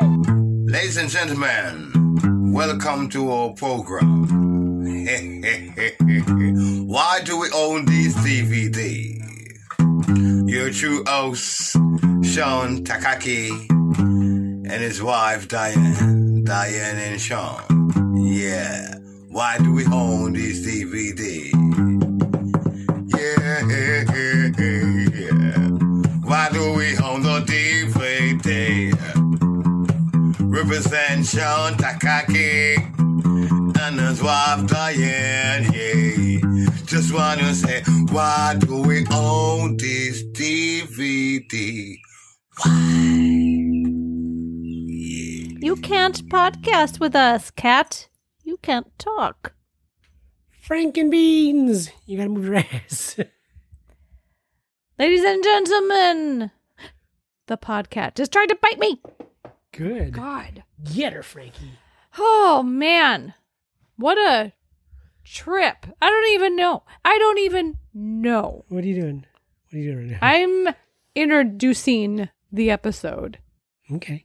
Ladies and gentlemen, welcome to our program. Why do we own these DVDs? Your true host, Sean Takaki, and his wife, Diane. Diane and Sean. Yeah. Why do we own these DVDs? Yeah. Why do we own the DVD? represent Sean Takaki and his wife Diane. Yeah. Just wanna say, why do we own this DVD? You can't podcast with us, cat. You can't talk. Franken beans. You gotta move your ass. Ladies and gentlemen, the podcat just tried to bite me. Good. God. Get her, Frankie. Oh, man. What a trip. I don't even know. I don't even know. What are you doing? What are you doing right now? I'm introducing the episode. okay.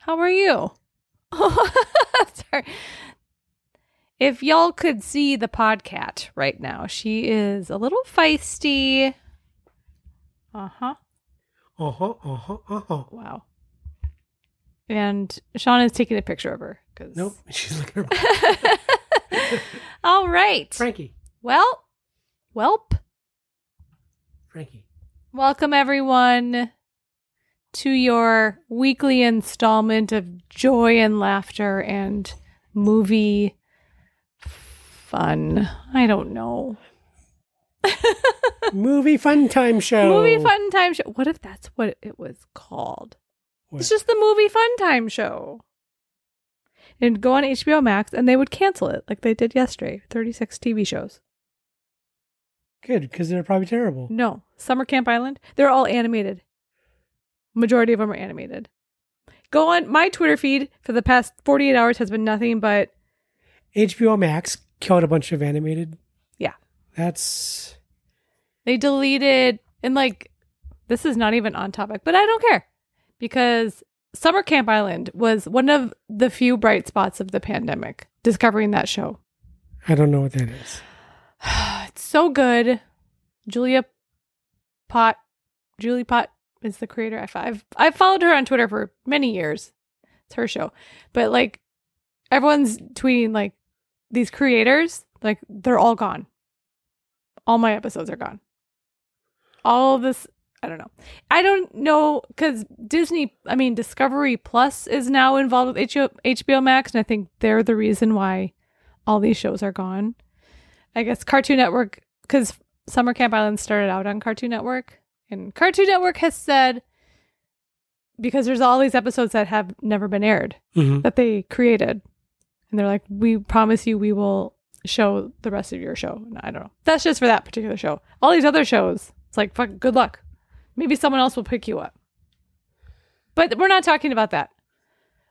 How are you? Sorry. If y'all could see the podcat right now, she is a little feisty. Uh huh. Uh Uh-huh, huh. Uh huh. Uh huh. Wow. And Sean is taking a picture of her. 'cause- Nope. She's looking around. All right. Frankie. Well, welp. Frankie. Welcome everyone to your weekly installment of joy and laughter and movie fun. I don't know. Movie fun time show. Movie fun time show. What if that's what it was called? What? It's just the movie fun time show. It'd go on HBO Max and they would cancel it like they did yesterday. 36 TV shows. Good, because they're probably terrible. No, Summer Camp Island. They're all animated. Majority of them are animated. Go on my Twitter feed for the past 48 hours has been nothing but HBO Max killed a bunch of animated. Yeah. That's they deleted and like this is not even on topic, but I don't care because Summer Camp Island was one of the few bright spots of the pandemic. Discovering that show. I don't know what that is. It's so good. Julia Pot Julie Pot is the creator. I've I've, I've followed her on Twitter for many years. It's her show. But like everyone's tweeting like these creators, like they're all gone. All my episodes are gone. All of this I don't know. I don't know because Disney, I mean, Discovery Plus is now involved with HBO, HBO Max, and I think they're the reason why all these shows are gone. I guess Cartoon Network, because Summer Camp Island started out on Cartoon Network, and Cartoon Network has said because there's all these episodes that have never been aired Mm-hmm. that they created, and they're like, we promise you, we will show the rest of your show. And I don't know. That's just for that particular show. All these other shows, it's like, fuck, good luck. Maybe someone else will pick you up. But we're not talking about that,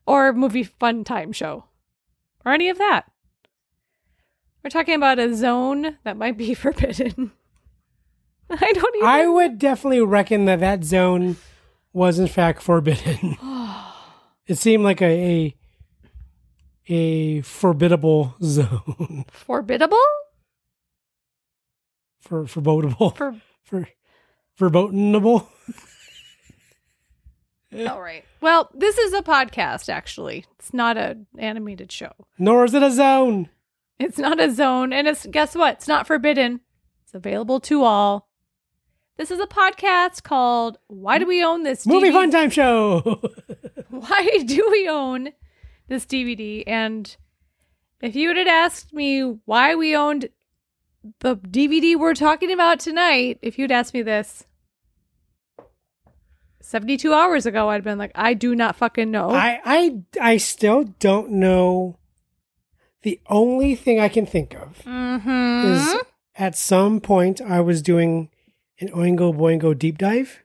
or movie fun time show, or any of that. We're talking about a zone that might be forbidden. I don't even. I would definitely reckon that that zone was in fact forbidden. it seemed like a a, a formidable zone Forbiddable? for forbodable For for forbodable. all right. Well, this is a podcast. Actually, it's not an animated show. Nor is it a zone. It's not a zone, and it's guess what? It's not forbidden. It's available to all. This is a podcast called "Why Do We Own This?" Movie DVD? fun time show. Why do we own this DVD? And if you would have asked me why we owned the DVD we're talking about tonight, if you'd asked me this. 72 hours ago, I'd been like, I do not fucking know. I I I still don't know. The only thing I can think of mm-hmm. is at some point I was doing an Oingo Boingo deep dive,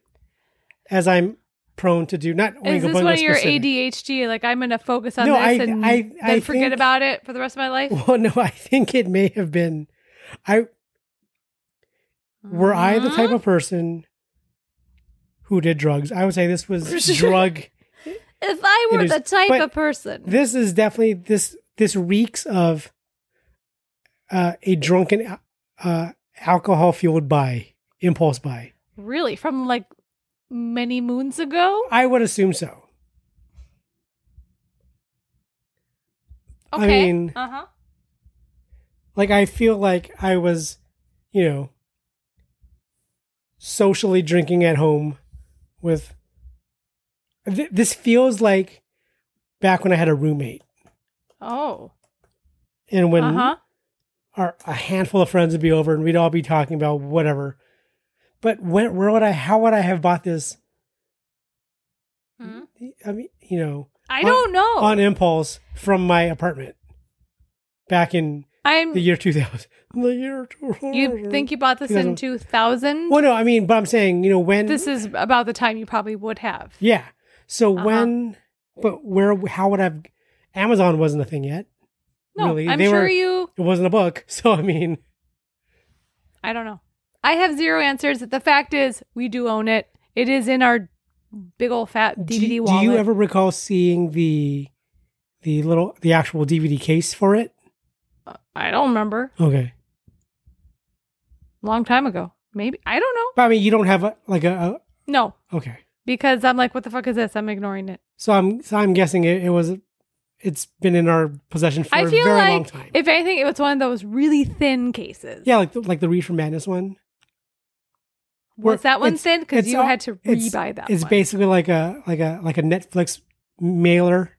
as I'm prone to do. Not Oingo Is this Boingo one of your specific. ADHD? Like I'm gonna focus on No, this I- and I- then I forget think- about it for the rest of my life. Well, no, I think it may have been. I were I the Mm-hmm. type of person who did drugs, I would say this was drug If I It were is- the type but of person, This is definitely this. This reeks of uh, a drunken, uh, alcohol fueled buy, impulse buy. really, from like many moons ago. I would assume so. I Okay. mean- uh huh. like I feel like I was, you know, socially drinking at home with th- this feels like back when I had a roommate Oh. and when Uh huh. our a handful of friends would be over and we'd all be talking about whatever. But when where would I how would I have bought this? Hmm. I mean, you know, I on- don't know. on impulse from my apartment back in I'm. the year 2000. The year 2000. You think you bought this in 2000. 2000? Well, no, I mean, but I'm saying, you know, when This is about the time you probably would have. Yeah. So Uh-huh. when, but where, how would I've, Amazon wasn't a thing yet. No, really. I'm They sure were- you. It wasn't a book. So, I mean, I don't know. I have zero answers. The fact is, we do own it. It is in our big old fat do, DVD you- do wallet. you ever recall seeing the, the little, the actual DVD case for it? I don't remember. Okay. Long time ago. Maybe. I don't know. But I mean, you don't have a, like a, No, a okay. because I'm like, what the fuck is this? I'm ignoring it. So I'm, so I'm guessing it, it was, it's been in our possession for I a feel very like, long time. if anything, it was one of those really thin cases. yeah. Like, the, like the Reach for Madness one. where Was that one it's- thin? Because it's you all- had to it's- rebuy that It's one. basically like a, like a, like a Netflix mailer.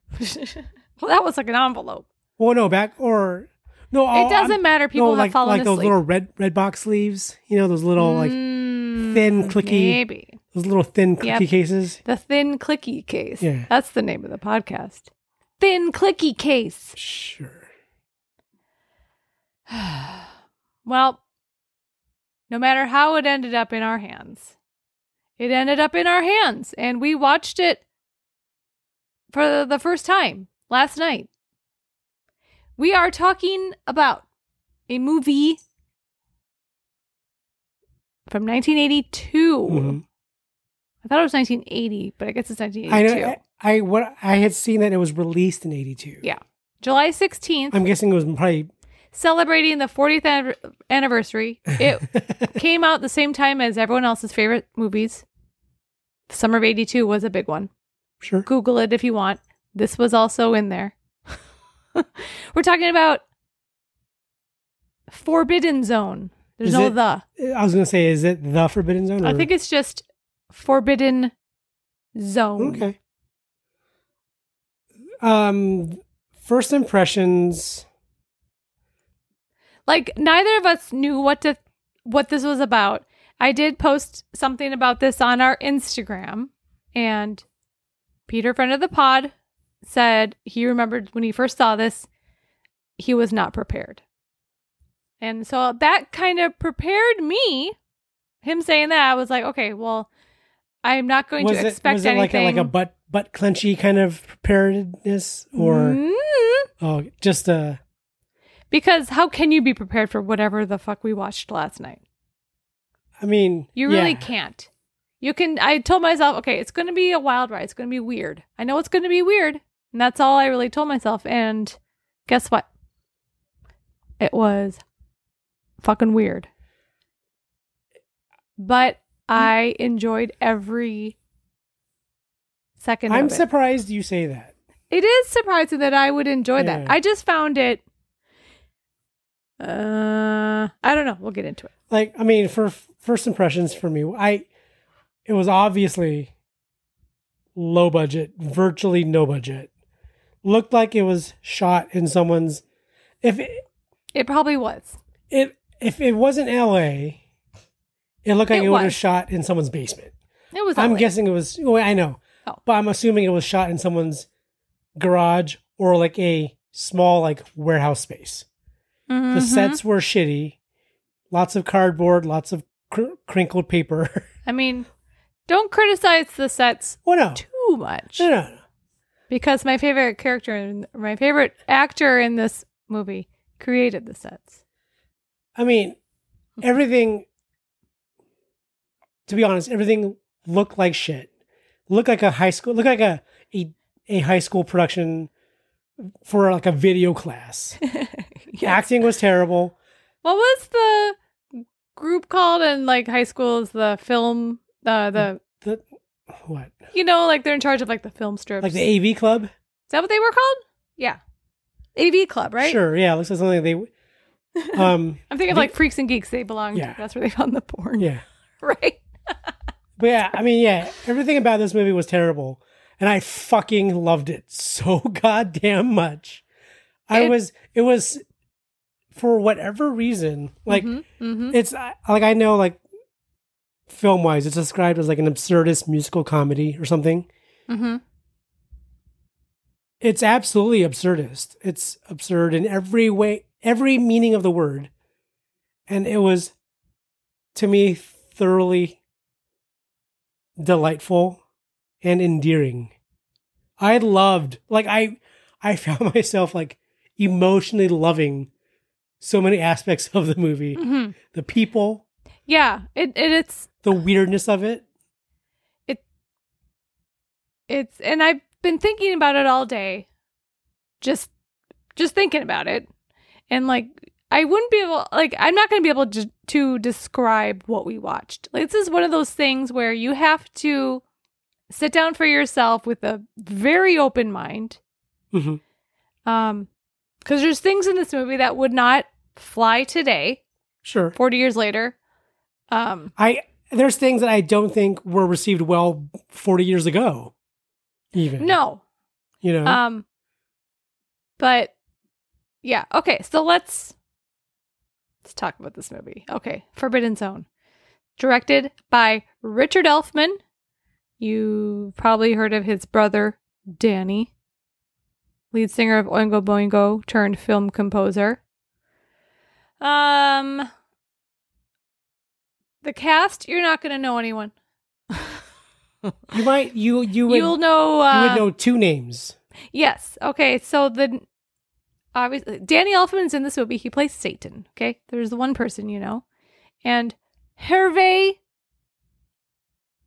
well, that was like an envelope. Well, no, back or no. all- it doesn't matter. Oh, No, People like have fallen like those asleep. little red red box sleeves. You know those little like thin clicky- Mm, Maybe. those little thin clicky Yep. cases. The Thin Clicky Case. Yeah. That's the name of the podcast. Thin Clicky Case. Sure. Well, no matter how it ended up in our hands, it ended up in our hands. And we watched it for the first time last night. We are talking about a movie from 1982. Mhm. I thought it was 1980, but I guess it's I 1982. know. I, I what I had seen that it was released in '82. Yeah. July 16th, I'm guessing it was probably celebrating the 40th an- anniversary. It came out the same time as everyone else's favorite movies. Summer of 82 was a big one. sure. Google it if you want. This was also in there. We're talking about Forbidden Zone. There's Is no it- the. I was gonna say, is it the Forbidden Zone? I or- think it's just Forbidden Zone. okay. Um, first impressions. like neither of us knew what to what this was about i did post something about this on our instagram and peter friend of the pod said he remembered when he first saw this he was not prepared and so that kind of prepared me him saying that i was like okay well i'm not going was to it expect was it like a, anything like a butt butt clenchy kind of preparedness or Mm. oh just a because how can you be prepared for whatever the fuck we watched last night I mean You really yeah. can't. You can. I told myself, okay, it's going to be a wild ride. It's going to be weird. I know it's going to be weird, and that's all I really told myself. And guess what? It was fucking weird. But Mm. I enjoyed every second. I'm of it. surprised you say that. It is surprising that I would enjoy Yeah. that. I just found it. Uh, I don't know. We'll get into it. like i mean for first impressions for me i it was obviously low budget virtually no budget looked like it was shot in someone's if it, It probably was. it if it wasn't la it looked like It it, was. was. shot in someone's basement It was. i'm LA. guessing it was well, i know Oh. but i'm assuming it was shot in someone's garage or like a small like warehouse space the Mhm. sets were shitty lots of cardboard lots of cr- crinkled paper I mean, don't criticize the sets Well, no. too much No, no, no. because my favorite character and my favorite actor in this movie created the sets. I mean, everything, to be honest, everything looked like shit. Looked like a high school, looked like a, a a high school production for like a video class. yeah. Acting was terrible. What was the group called in like high school? Is the film uh, the The what? you know like they're in charge of like the film strips? Like the AV club? Is that what they were called? Yeah, AV Club, right? Sure. Yeah, it looks like something they. Um. I'm thinking of The- like Freaks and Geeks. They belong. Yeah. to. That's where they found the porn. yeah. Right. But yeah, I mean, yeah, everything about this movie was terrible, and I fucking loved it so goddamn much. I It- was, it was, for whatever reason, like hmm it's I- like I know, like film wise, it's described as like an absurdist musical comedy or something. hmm It's absolutely absurdist. It's absurd in every way, every meaning of the word, and it was, to me, thoroughly delightful and endearing. I loved, like I, I found myself like emotionally loving so many aspects of the movie, hmm the people, Yeah. It, it it's the weirdness of it. it's and I've been thinking about it all day. Just just thinking about it. And like I wouldn't be able like I'm not going to be able to, to describe what we watched. Like this is one of those things where you have to sit down for yourself with a very open mind Mm-hmm. um cuz there's things in this movie that would not fly today Sure. 40 years later. Um I there's things that I don't think were received well 40 years ago. Even no. you know, Um but yeah, okay. So let's let's talk about this movie. Okay, Forbidden Zone. Directed by Richard Elfman. You probably heard of his brother Danny, lead singer of Oingo Boingo turned film composer. Um the cast, you're not going to know anyone. you might you you would, You'll know uh, you would know two names. Yes. Okay. So the obviously Danny Elfman's in this movie. He plays Satan. Okay. There's the one person you know, and Hervé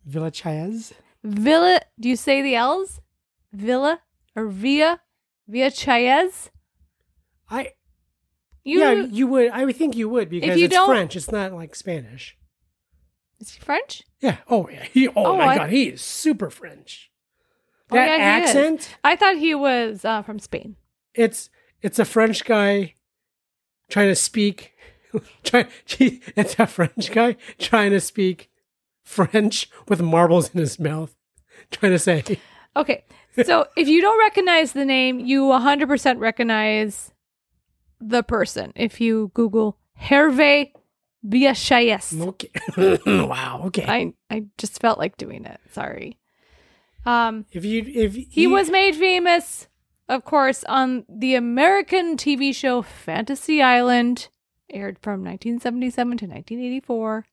Villa Chaez. Villa. Do you say the L's? Villa or Via Via Chaez? I You yeah, you would. I would think you would because you it's don't- French. It's not like Spanish. is he French? Yeah. Oh yeah. He, oh, Oh, my I- god, he is super French. Oh, That yeah, he is. accent. I thought he was uh, from Spain. It's it's a French guy trying to speak. Try, it's a French guy trying to speak French with marbles in his mouth, trying to say. Okay. So if you don't recognize the name, you 100% recognize the person if you Google Hervé Via Chaez. Okay. wow. Okay. I I just felt like doing it. Sorry. Um, if you if he was made famous, of course, on the American TV show Fantasy Island, aired from 1977 to 1984.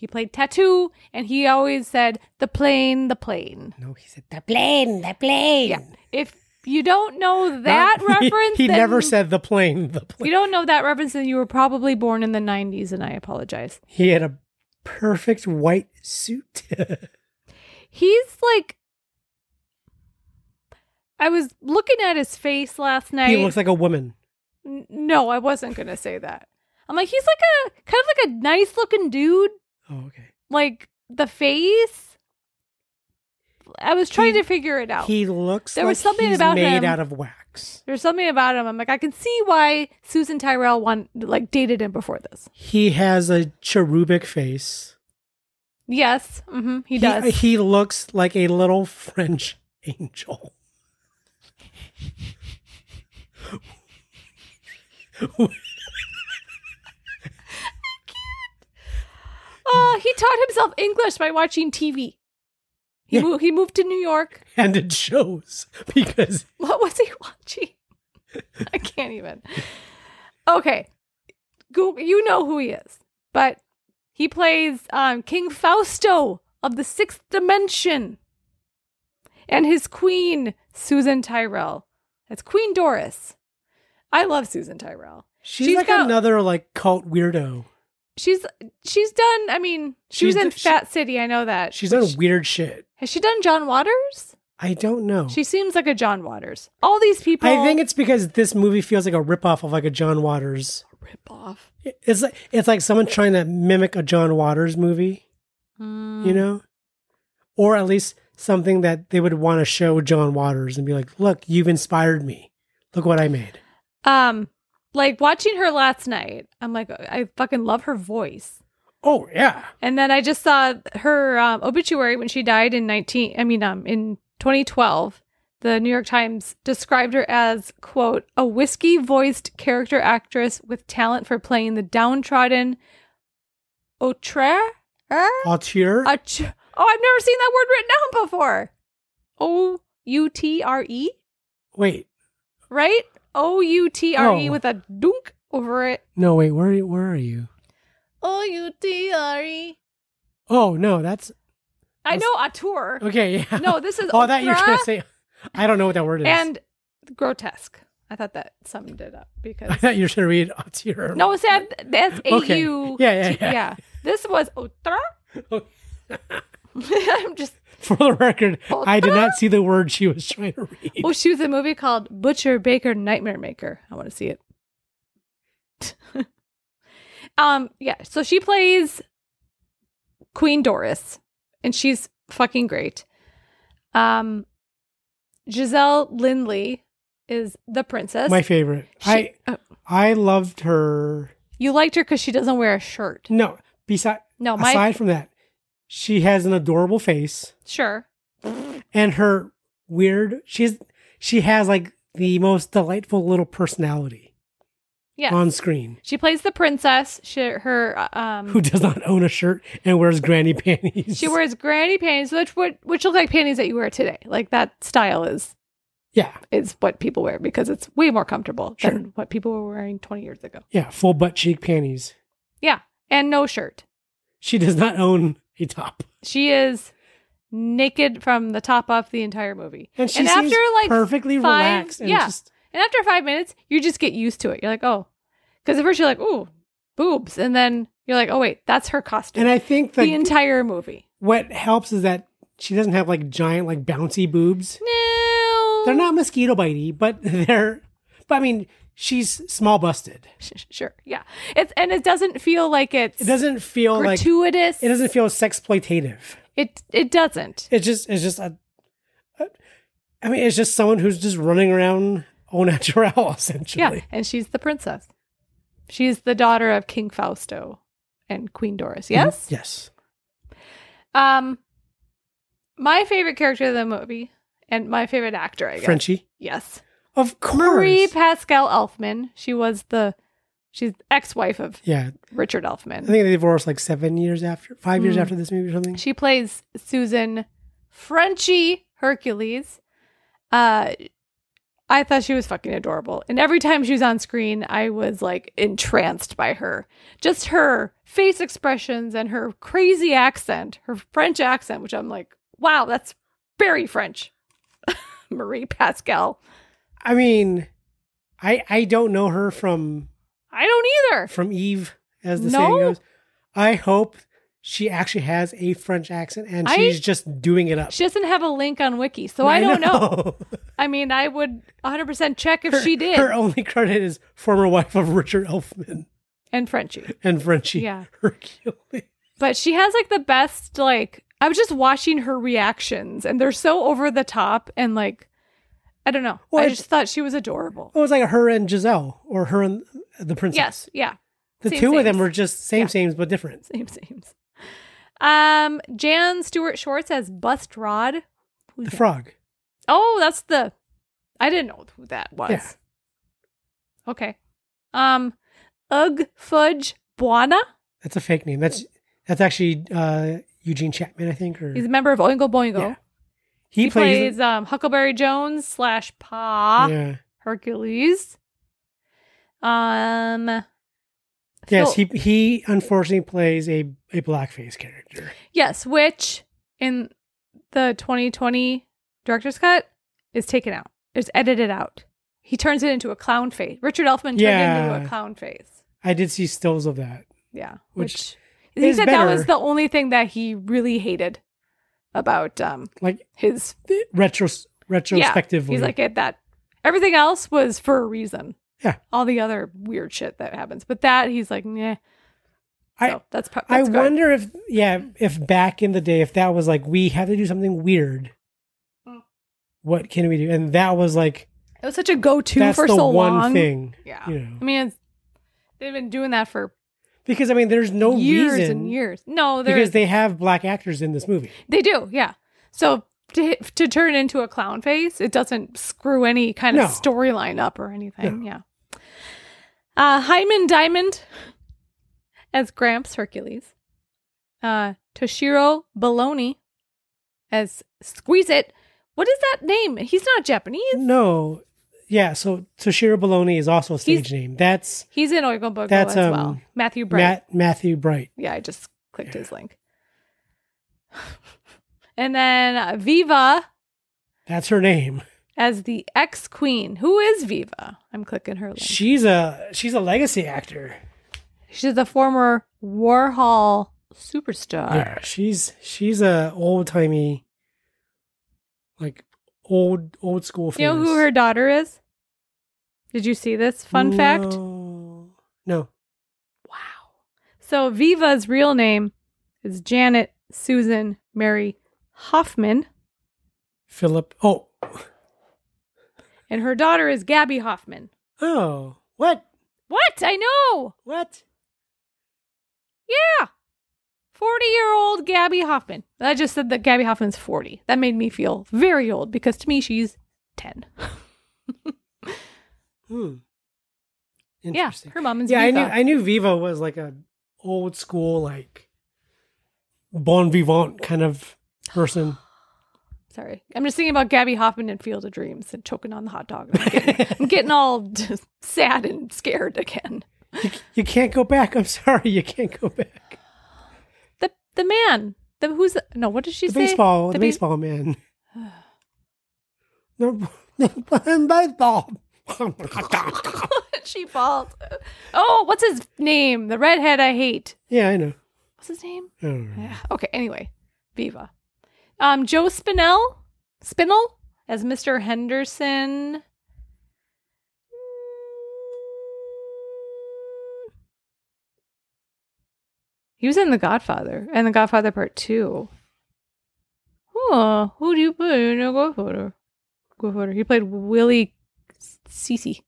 He played Tattoo, and he always said the plane, the plane. no, he said the plane, the plane. Yeah. If you don't know that Not- he- reference, He, then never said the plane. The If you plane. don't know that reference, then you were probably born in the 90s, and I apologize. He had a perfect white suit. He's like. I was looking at his face last night. he looks like a woman. N- no, I wasn't gonna say that. I'm like, he's like a kind of like a nice looking dude. Oh, okay. Like the face. I was trying to figure it out. He looks. There was like something he's about made him- out of wax. There's something about him. I'm like, I can see why Susan Tyrell one like dated him before this. He has a cherubic face. Yes, hmm he does. He, looks like a little French angel. oh, he taught himself English by watching TV. He Yeah. mo- he moved to New York. And it shows because What was he watching? I can't even. Okay. Google, you know who he is, but he plays um, King Fausto of the sixth dimension and his queen, Susan Tyrell. That's Queen Doris. I love Susan Tyrell. she's, She's like got- another like cult weirdo. She's she's done. I mean, she was She's in d- she- Fat City. I know that. She's But done she- weird shit. Has she done John Waters? I don't know. She seems like a John Waters. All these people. I think it's because this movie feels like a ripoff of like a John Waters. rip off. It's like it's like someone trying to mimic a John Waters movie, Mm. you know, or at least something that they would want to show John Waters and be like, "Look, you've inspired me. Look what I made." Um, like watching her last night, I'm like, I fucking love her voice. Oh yeah, And then I just saw her um, obituary when she died in 19. I mean, um, in 2012, the New York Times described her as quote a whiskey voiced character actress with talent for playing the downtrodden auteur. auteur. Aut- oh, I've never seen that word written down before. O U T R E, Wait, right? O U T R E Oh. with a dunk over it. no, wait. Where are you- where are you? O U Oh, T R E. Oh no, that's I That's- know auteur. okay. Yeah. No, this is oh, that you're opera trying to say. I don't know what that word is. and grotesque. I thought that summed it up I because thought you were trying to read auteur. no, it's that that's A Okay. U. E. Yeah, yeah, yeah. This was auteur. Oh. I'm just. For the record, I did not see the word she was trying to read. Oh, she was in a movie called Butcher Baker Nightmare Maker. I want to see it. um, yeah. So she plays Queen Doris, and she's fucking great. Um, Giselle Lindley is the princess. My favorite. She- I oh. I loved her. you liked her because she doesn't wear a shirt. No, beside No, my aside from that, she has an adorable face sure. and her weird. She's she has like the most delightful little personality Yeah. on screen. she plays the princess. She, her uh, um Who does not own a shirt and wears granny panties? she wears granny panties, which would which look like panties that you wear today. Like that style is yeah is what people wear because it's way more comfortable Sure. than what people were wearing 20 years ago. yeah full butt cheek panties. Yeah. And no shirt. She does not own a top. She is naked from the top up the entire movie. And she and seems after like perfectly five- relaxed and yeah. just and after 5 minutes, you just get used to it. You're like, "Oh." Cuz at first you're like, "Ooh, boobs." And then you're like, "Oh wait, that's her costume." and I think that the entire movie. what helps is that she doesn't have like giant like bouncy boobs. No. They're not mosquito bitey, but they're but I mean, she's small busted. Sh- sh- Sure. Yeah. It's and it doesn't feel like it's It doesn't feel like it gratuitous. it, doesn't feel sexploitative. it doesn't. It's just it's just a, a- I mean, it's just someone who's just running around au naturel essentially. Yeah. And she's the princess. She's the daughter of King Fausto and Queen Doris. Mm-hmm. Yes? Yes. Um my favorite character of the movie and my favorite actor, I guess. Frenchie. Yes. Of course. Marie Pascal Elfman. She was the she's ex-wife of yeah. Richard I Elfman. think they divorced like seven years after five years Mm. after this movie or something. She plays Susan Frenchie Hercules. Uh I thought she was fucking adorable. And every time she was on screen, I was like entranced by her. Just her face expressions and her crazy accent, her French accent, which I'm like, wow, that's very French. Marie Pascal. I mean, I I don't know her from I don't either. from Eve, as the No. saying goes. I hope she actually has a French accent and I- she's just doing it up. She doesn't have a link on Wiki, so I, don't know. know. I mean, I would 100% check if Her- she did. Her only credit is former wife of Richard Elfman and Frenchie. and Frenchie Yeah. Hercules. But she has like the best, like, I was just watching her reactions and they're so over the top and like, I don't know. Well, I it's- just thought she was adorable. It was like her and Giselle or her and the princess. Yes. Yeah. the same two of them sames. were just same, Yeah. same, but different. Same, same. Um, Jan Stewart Schwartz as Bust Rod. The frog. Oh, that's the, I didn't know who that was. Yeah. Okay. Um, Ugg Fudge Buana. That's a fake name. That's that's actually uh, Eugene Chapman, I think. Or He's a member of Oingo Boingo. Mm. Yeah. He, plays, um, Huckleberry Jones slash Pa. yeah. Hercules. Um Yes, Phil- he he unfortunately plays a, a blackface character. yes, which in the 2020 director's cut is taken out. It's edited out. He turns it into a clown face. Richard Elfman turned it into Yeah. a clown face. I did see stills of that. Yeah. Which Which, he is said that was the better. only thing that he really hated about um Like his retro retrospectively. He's like at that. Everything else was for a reason. Yeah. All the other weird shit that happens, but that he's like, nah. I- so that's, pro- I that's good. wonder if yeah, if back in the day, if that was like we have to do something weird. Mm. What can we do? And that was like It was such a go-to that's for the so one long. thing, Yeah. you know. I mean, it's, they've been doing that for Because I mean, there's no years reason and years. No, there because is they have black actors in this movie. They do, yeah. So to to turn into a clown face, it doesn't screw any kind No. of storyline up or anything. Yeah. Uh, Hyman Diamond as Gramps Hercules. Uh, Toshiro Baloney as Squeeze It. What is that name? He's not Japanese. No, yeah. So Toshiro Baloney is also a stage He's- name. That's He's in Oikobogo That's, as um, well. Matthew Bright. Matt Matthew Bright. yeah, I just clicked his link. and then uh, Viva That's her name. as the ex queen. Who is Viva? I'm clicking her link. She's a she's a legacy actor. She's a former Warhol superstar. Yeah, she's she's a old timey, like old old school. you know who her daughter is? Did you see this fun fact? No. No. Wow. So Viva's real name is Janet Susan Mary Hoffman, Philip. Oh. and her daughter is Gabby Hoffman. Oh. What? What? I know. What? Yeah. 40 year old Gabby Hoffman. I just said that Gabby Hoffman's 40. That made me feel very old because to me she's 10. Hmm. Yeah. Interesting. Her mom is Yeah, I Viva. knew I knew Viva was like a old school like bon vivant kind of person. Sorry. I'm just thinking about Gabby Hoffman and Field of Dreams and choking on the hot dog. I'm getting, I'm getting all sad and scared again. You can't go back. I'm sorry, you can't go back. The the man. The who's no, what did she The say? baseball, the, ba- baseball man. No, no, baseball. she falls. Oh, what's his name? The redhead I hate. yeah, I know. What's his name? I don't know. Yeah. Okay, anyway. Viva. Um Joe Spinell? Spinell as Mr. Henderson. Mm. He was in The Godfather and The Godfather Part Two. Huh, who do you play in The Godfather? Godfather. He played Willie Cici.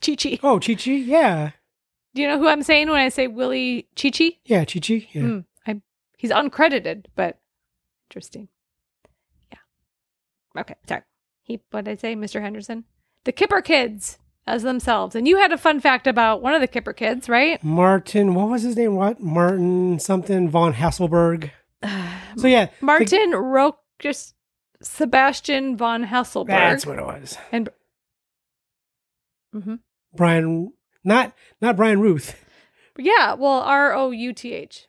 Chichi. Oh, Chi Chi. Yeah, Do you know who I'm saying when I say Willie Chichi? yeah, Chi Chi. Yeah. Mm, I he's uncredited, but interesting. Yeah. Okay, sorry. He what did I say, Mr. Henderson? The Kipper kids as themselves. And you had a fun fact about one of the Kipper kids, right? Martin. What was his name? What Martin something von Hasselberg. So yeah, the- Martin Roch just Sebastian von Hasselberg. that's what it was. and Mhm. Brian, not not Brian Ruth. Yeah, well, R O U T H,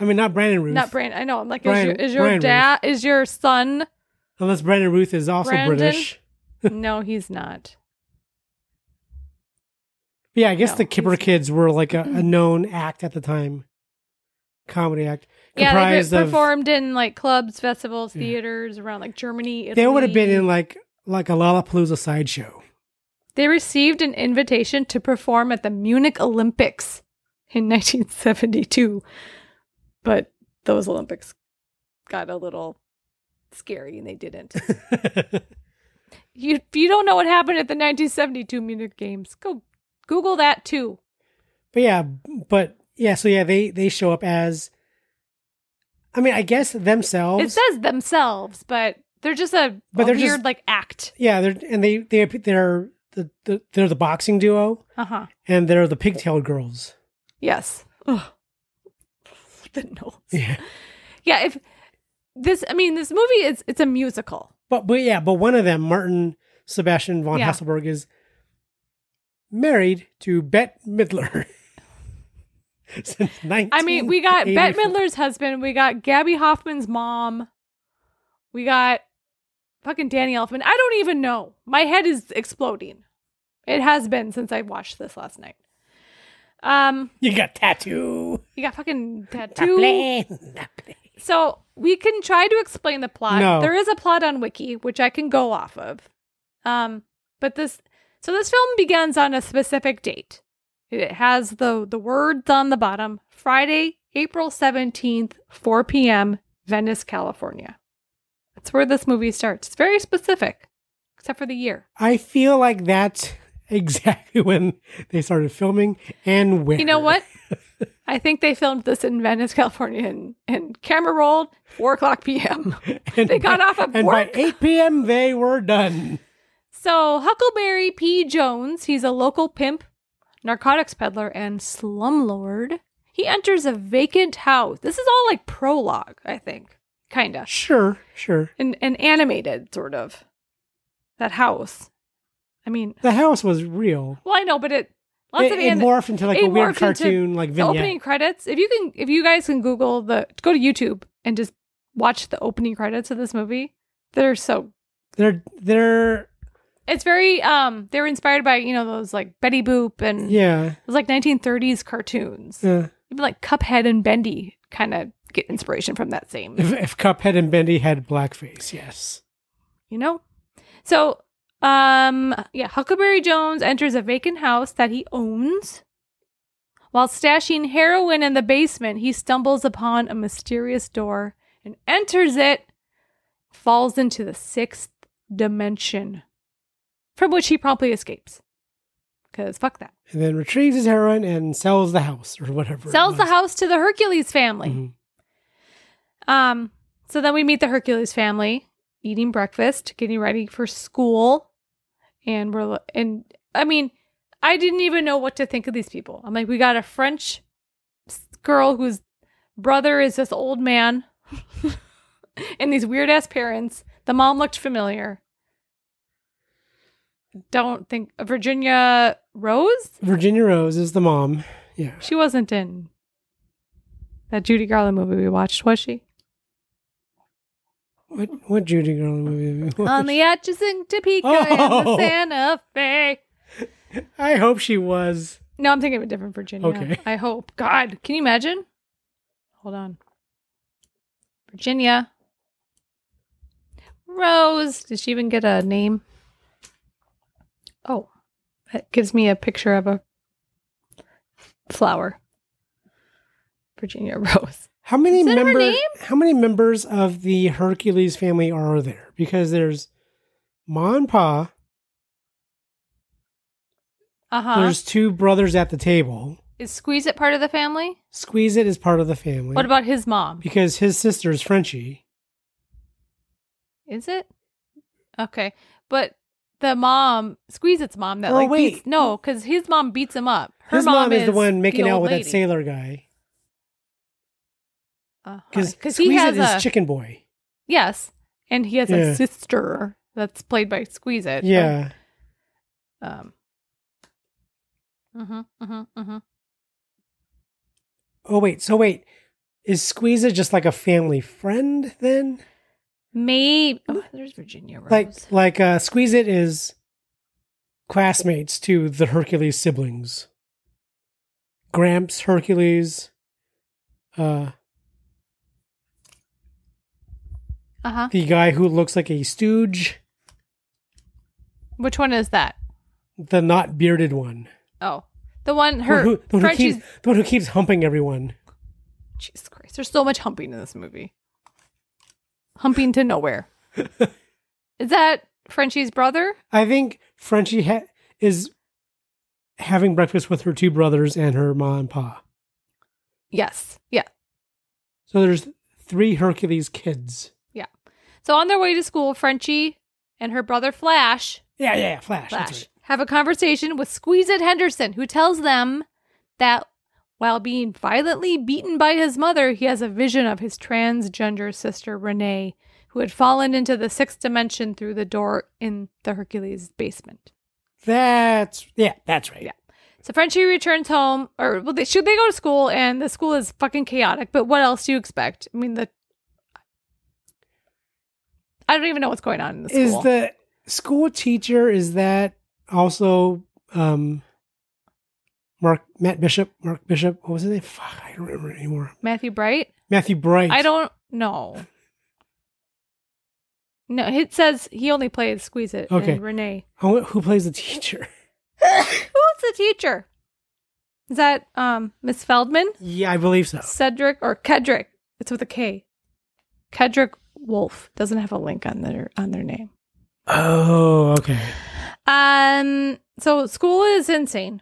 I mean, not Brandon Ruth. not Brand. I know. I'm like, is Brian- your, is your Brian dad? Is your son? Unless Brandon Ruth is also Brandon? British. no, he's not. But yeah, I guess No, the Kipper he's- Mm-hmm. Kids were like a, a known act at the time, comedy act. Yeah, they Comprised per- of, performed in like clubs, festivals, Yeah. theaters around like Germany. Italy. they would have been in like like a Lollapalooza sideshow. They received an invitation to perform at the Munich Olympics in 1972, but those Olympics got a little scary and they didn't. you, if you don't know what happened at the 1972 Munich Games, go Google that too. But yeah, but yeah, so yeah, they they show up as. I mean, I guess themselves. It says themselves, but they're just a, But a they're weird just- like act. yeah, they're and they they they're the, the they're the boxing duo Uh huh. and they're the pigtail girls. Yes. Ugh. The nose. Yeah, Yeah, if this I mean this movie is it's a musical. but but yeah, but one of them, Martin Sebastian von Yeah. Hasselberg, is married to Bette Midler. Since I mean, we got Bette 1984. Midler's husband, we got Gabby Hoffman's mom, we got fucking Danny Elfman. I don't even know. My head is exploding. It has been since I watched this last night. Um, You got tattoo. you got fucking tattoo. Tattoo. So we can try to explain the plot. No. There is a plot on Wiki, which I can go off of. Um, but this so this film begins on a specific date. It has the the words on the bottom, Friday, April 17th, 4 p.m., Venice, California. That's where this movie starts. It's very specific, except for the year. I feel like that's exactly when they started filming and where. You know what? I think they filmed this in Venice, California, and, and camera rolled 4 o'clock p.m. And They got by- off of and work. by 8 p.m. they were done. So, Huckleberry P. Jones, he's a local pimp, narcotics peddler, and slumlord. He enters a vacant house. This is all like prologue, I think. Kinda. Sure, sure. And, and animated, sort of. That house. I mean, The house was real. well, I know, but it. Lots it, of it an- morphed into like it a weird morphed into cartoon, like the vignette. opening credits. If you can, if you guys can Google the, go to YouTube and just watch the opening credits of this movie. They're so They're they're It's very um they were inspired by, you know, those like Betty Boop and yeah. it was like 1930s cartoons. yeah. Even like Cuphead and Bendy kind of get inspiration from that same, If, if Cuphead and Bendy had blackface, yes. you know. So, um yeah, Huckleberry Jones enters a vacant house that he owns. While stashing heroin in the basement, he stumbles upon a mysterious door and enters it, falls into the sixth dimension from which he promptly escapes. Cuz fuck that. And then retrieves his heroin and sells the house or whatever. it sells the was. Mm-hmm. house to the Hercules family. Mhm. Um, so then we meet the Hercules family eating breakfast, getting ready for school, and we're lo- and I mean, I didn't even know what to think of these people. I'm like, we got a French s- girl whose brother is this old man, and these weird ass parents. The mom looked familiar. Don't think Virginia Rose. Virginia Rose is the mom. Yeah. She wasn't in that Judy Garland movie we watched, was she? What what Judy Garland movie? On the Atchison, Topeka, and the Oh. Santa Fe. I hope she was. No, I'm thinking of a different Virginia. Okay. I hope. God, can you imagine? Hold on. Virginia. Rose. Did she even get a name? Oh, that gives me a picture of a flower. Virginia Rose. How many Is that her members? name? How many members of the Hercules family are there? Because there's Ma and Pa. Uh huh. There's two brothers at the table. Is Squeeze It part of the family? Squeeze It is part of the family. What about his mom? because his sister is Frenchie? Is it? Okay. But the mom, Squeeze It's mom that Oh, like wait. beats, no, cuz his mom beats him up. Her His mom, is the one making the out old with that lady. sailor guy. Uh-huh. Because he Squeeze has It is a Chicken Boy. yes, and he has Yeah. a sister that's played by Squeeze It. Yeah. Um Mhm. Mhm. Mhm. Oh wait. So wait, is Squeeze It just like a family friend then? Maybe oh, there's Virginia Rose. Like like uh, Squeeze It is classmates to the Hercules siblings. Gramps, Hercules, uh, uh-huh. the guy who looks like a stooge, Which one is that? the not bearded one, Oh. The one The one her who- the, one who Frenchie's keeps, the one who keeps humping everyone. Jesus Christ. There's so much humping in this movie. Humping to nowhere. Is that Frenchie's brother? I think Frenchie ha- is having breakfast with her two brothers and her ma and pa. Yes. Yeah. So there's three Hercules kids. So on their way to school, Frenchie and her brother Flash, Yeah, yeah, yeah. Flash. that's Flash right. have a conversation with Squeeze It Henderson, who tells them that while being violently beaten by his mother, he has a vision of his transgender sister Renee, who had fallen into the sixth dimension through the door in the Hercules basement. That's yeah, that's right. Yeah. So Frenchie returns home, or well, they, should they go to school? And the school is fucking chaotic. But what else do you expect? I mean, the I don't even know what's going on in the school. Is the school teacher is that also um Mark Matt Bishop? Mark Bishop? What was his name? Fuck, I don't remember anymore. Matthew Bright? Matthew Bright. I don't. No. No, it says he only plays Squeeze It Okay. and Renee. I want, who plays the teacher? Who's the teacher? Is that um Miss Feldman? Yeah, I believe so. Cedric or Kedrick? It's with a K. Kedrick Wolf doesn't have a link on their on their name. Oh, okay. Um, so school is insane.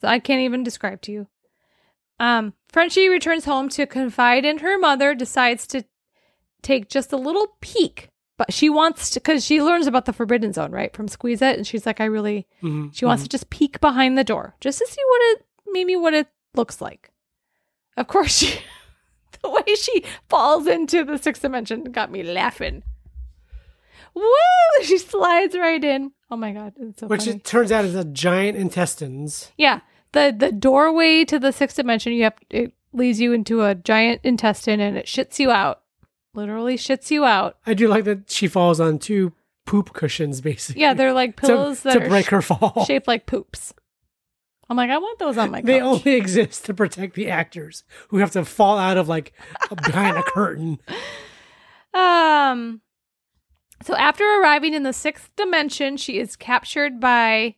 So I can't even describe to you. Um, Frenchie returns home to confide in her mother, decides to take just a little peek, but she wants to because she learns about the forbidden zone, right? From Squeeze It, and she's like, I really Mhm, she wants to just peek behind the door just to see what it maybe what it looks like. Of course, she, the way she falls into the sixth dimension got me laughing. Woo! She slides right in. Oh my god, it's so mhm. Which funny. it turns out is a giant intestines. yeah, the the doorway to the sixth dimension. You have it leads you into a giant intestine and it shits you out. Literally shits you out. I do like that she falls on two poop cushions, basically. Yeah, they're like to, pillows that to are break her fall. sh- shaped like poops. I'm like, I want those on my couch. They only exist to protect the actors who have to fall out of like behind a curtain. Um so after arriving in the sixth dimension, she is captured by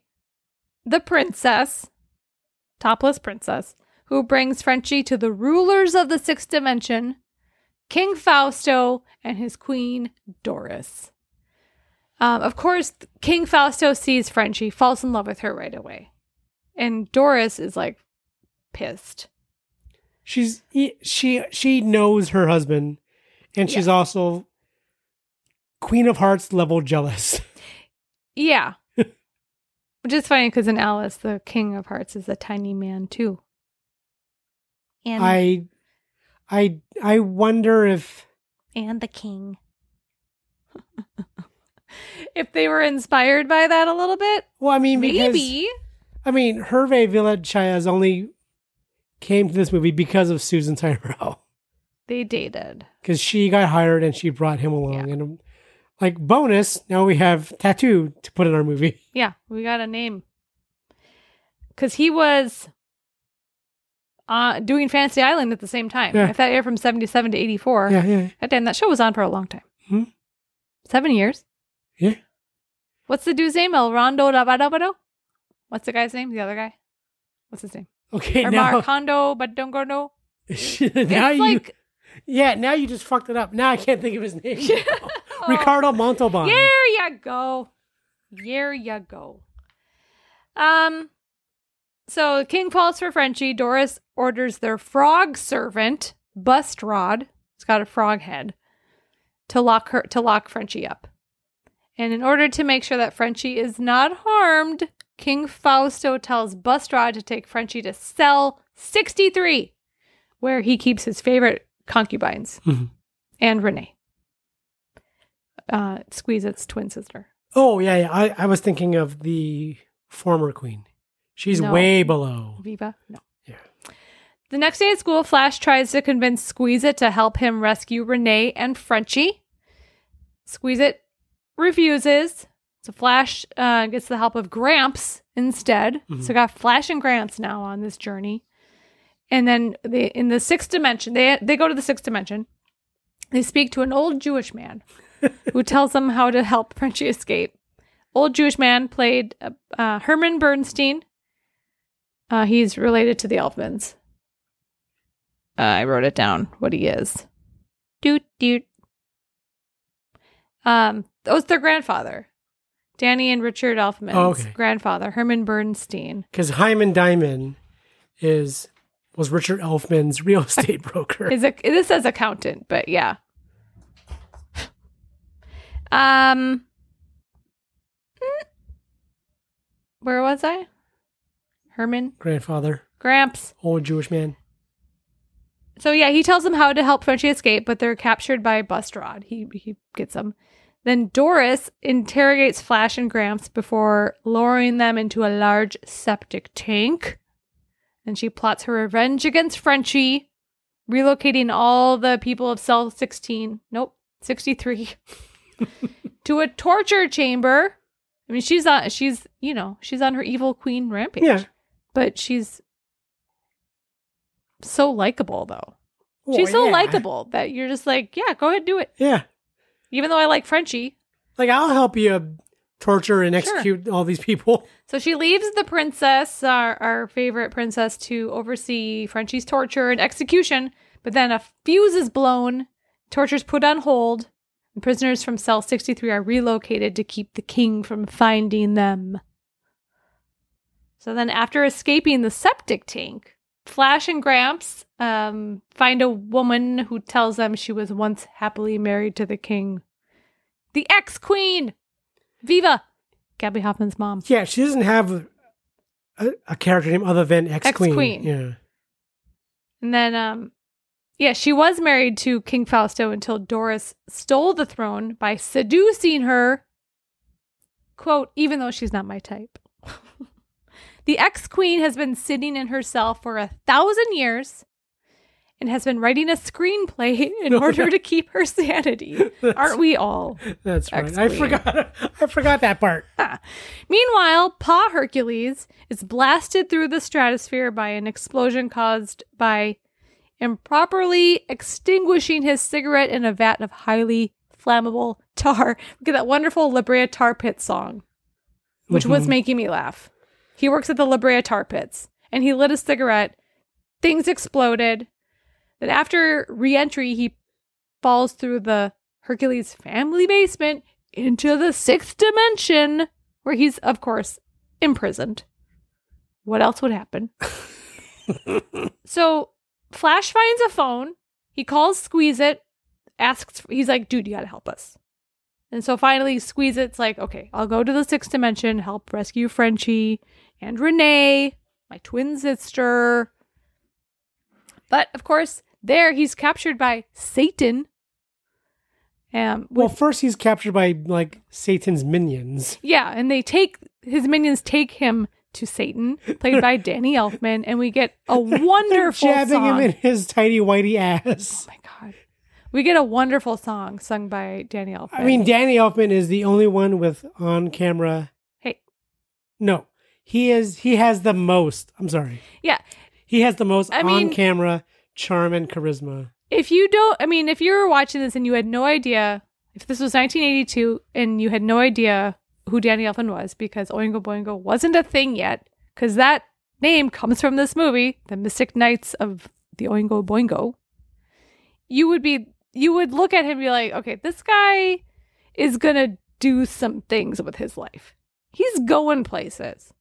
the princess, topless princess, who brings Frenchie to the rulers of the sixth dimension, King Fausto and his queen Doris. Um, of course, King Fausto sees Frenchie, falls in love with her right away. And Doris is like pissed. She's he- she she knows her husband, and she's also Queen of Hearts level jealous. Yeah. Which is funny because in Alice, the King of Hearts is a tiny man too. And I I I wonder if and the king. if they were inspired by that a little bit, well I mean because maybe. I mean Hervé Villachayas only came to this movie because of Susan Tyrell. They dated. because she got hired and she brought him along. And um, like bonus, now we have tattoo to put in our movie. Yeah, we got a name. Cause he was uh, doing Fantasy Island at the same time. Yeah. If that aired from seventy seven to eighty four, Yeah, yeah. damn that show was on for a long time. Hmm. Seven years. Yeah. What's the dude's name? El Rondo Rabadabado? What's the guy's name? The other guy? What's his name? Okay, Or now, Marcondo Badongono? now it's you, like, yeah, now you just fucked it up. Now I can't think of his name. Ricardo Montalban. Here you go. Here you go. Um, so King falls for Frenchie. Doris orders their frog servant, Bust Rod. It's got a frog head to lock her to lock Frenchie up. And in order to make sure that Frenchie is not harmed, King Fausto tells Bustrod to take Frenchie to cell 63, where he keeps his favorite concubines Mhm. and Renee, uh, Squeeze It's twin sister. Oh yeah, yeah. I, I was thinking of the former queen. She's No. way below. Viva? No. Yeah. The next day at school, Flash tries to convince Squeeze It to help him rescue Renee and Frenchie. Squeeze It refuses. So Flash uh, gets the help of Gramps instead. Mhm. So we got Flash and Gramps now on this journey. And then they, in the sixth dimension, they they go to the sixth dimension. They speak to an old Jewish man who tells them how to help Frenchie escape. Old Jewish man played uh, uh, Herman Bernstein. Uh, he's related to the Elfmans. Uh, I wrote it down what he is. Doot doot. Um, that was their grandfather, Danny and Richard Elfman's Oh, okay. grandfather, Herman Bernstein. Because Hyman Diamond is was Richard Elfman's real estate broker. is a this says accountant, but yeah. Um, mm, where was I? Herman Grandfather, Gramps. old Jewish man. So yeah, he tells them how to help Frenchie escape, but they're captured by Bustrod. He he gets them. Then Doris interrogates Flash and Gramps before lowering them into a large septic tank. And she plots her revenge against Frenchie, relocating all the people of cell 16, nope, 63 to a torture chamber. I mean, she's on she's, you know, she's on her evil queen rampage. Yeah. But she's so likable though. She's so Oh, yeah. likable that you're just like, yeah, go ahead and do it. Yeah. Even though I like Frenchie. Like I'll help you uh, torture and Sure. execute all these people. So she leaves the princess, our, our favorite princess, to oversee Frenchie's torture and execution. But then a fuse is blown, torture's put on hold, and prisoners from cell 63 are relocated to keep the king from finding them. So then, after escaping the septic tank, Flash and Gramps um, find a woman who tells them she was once happily married to the king. The ex queen! Viva! Gabby Hoffman's mom. Yeah, she doesn't have a, a character name other than X Queen. Ex-Queen. Yeah. And then, um, yeah, she was married to King Fausto until Doris stole the throne by seducing her. Quote, even though she's not my type. the ex queen has been sitting in her cell for a thousand years and has been writing a screenplay in order to keep her sanity. Aren't we all? That's right. I Ex-Queen. forgot. I forgot that part. Uh, Meanwhile, Pa Hercules is blasted through the stratosphere by an explosion caused by improperly extinguishing his cigarette in a vat of highly flammable tar. Look at that wonderful La Brea Tar Pit song, which was making me laugh. He works at the La Brea Tar Pits and he lit a cigarette. Things exploded. Then, after re entry, he falls through the Hercules family basement into the sixth dimension, where he's, of course, imprisoned. What else would happen? so Flash finds a phone. He calls Squeeze It, asks, he's like, dude, you got to help us. And so finally, Squeeze It's like, okay, I'll go to the sixth dimension, help rescue Frenchie and Renee, my twin sister. But of course, there he's captured by Satan. Um, Well, first he's captured by like Satan's minions. yeah, and they take his minions take him to Satan, played by Danny Elfman, and we get a wonderful jabbing song. him in his tiny whitey ass. Oh my god, we get a wonderful song sung by Danny Elfman. I mean, Danny Elfman is the only one with on camera. hey, No, he is. He has the most. I'm sorry. yeah, He has the most I mean- on camera charm and charisma. if you don't, I mean, if you were watching this and you had no idea, if this was 1982 and you had no idea who Danny Elfman was because Oingo Boingo wasn't a thing yet, because that name comes from this movie, The Mystic Knights of the Oingo Boingo, you would be, you would look at him and be like, okay, this guy is going to do some things with his life. He's going places.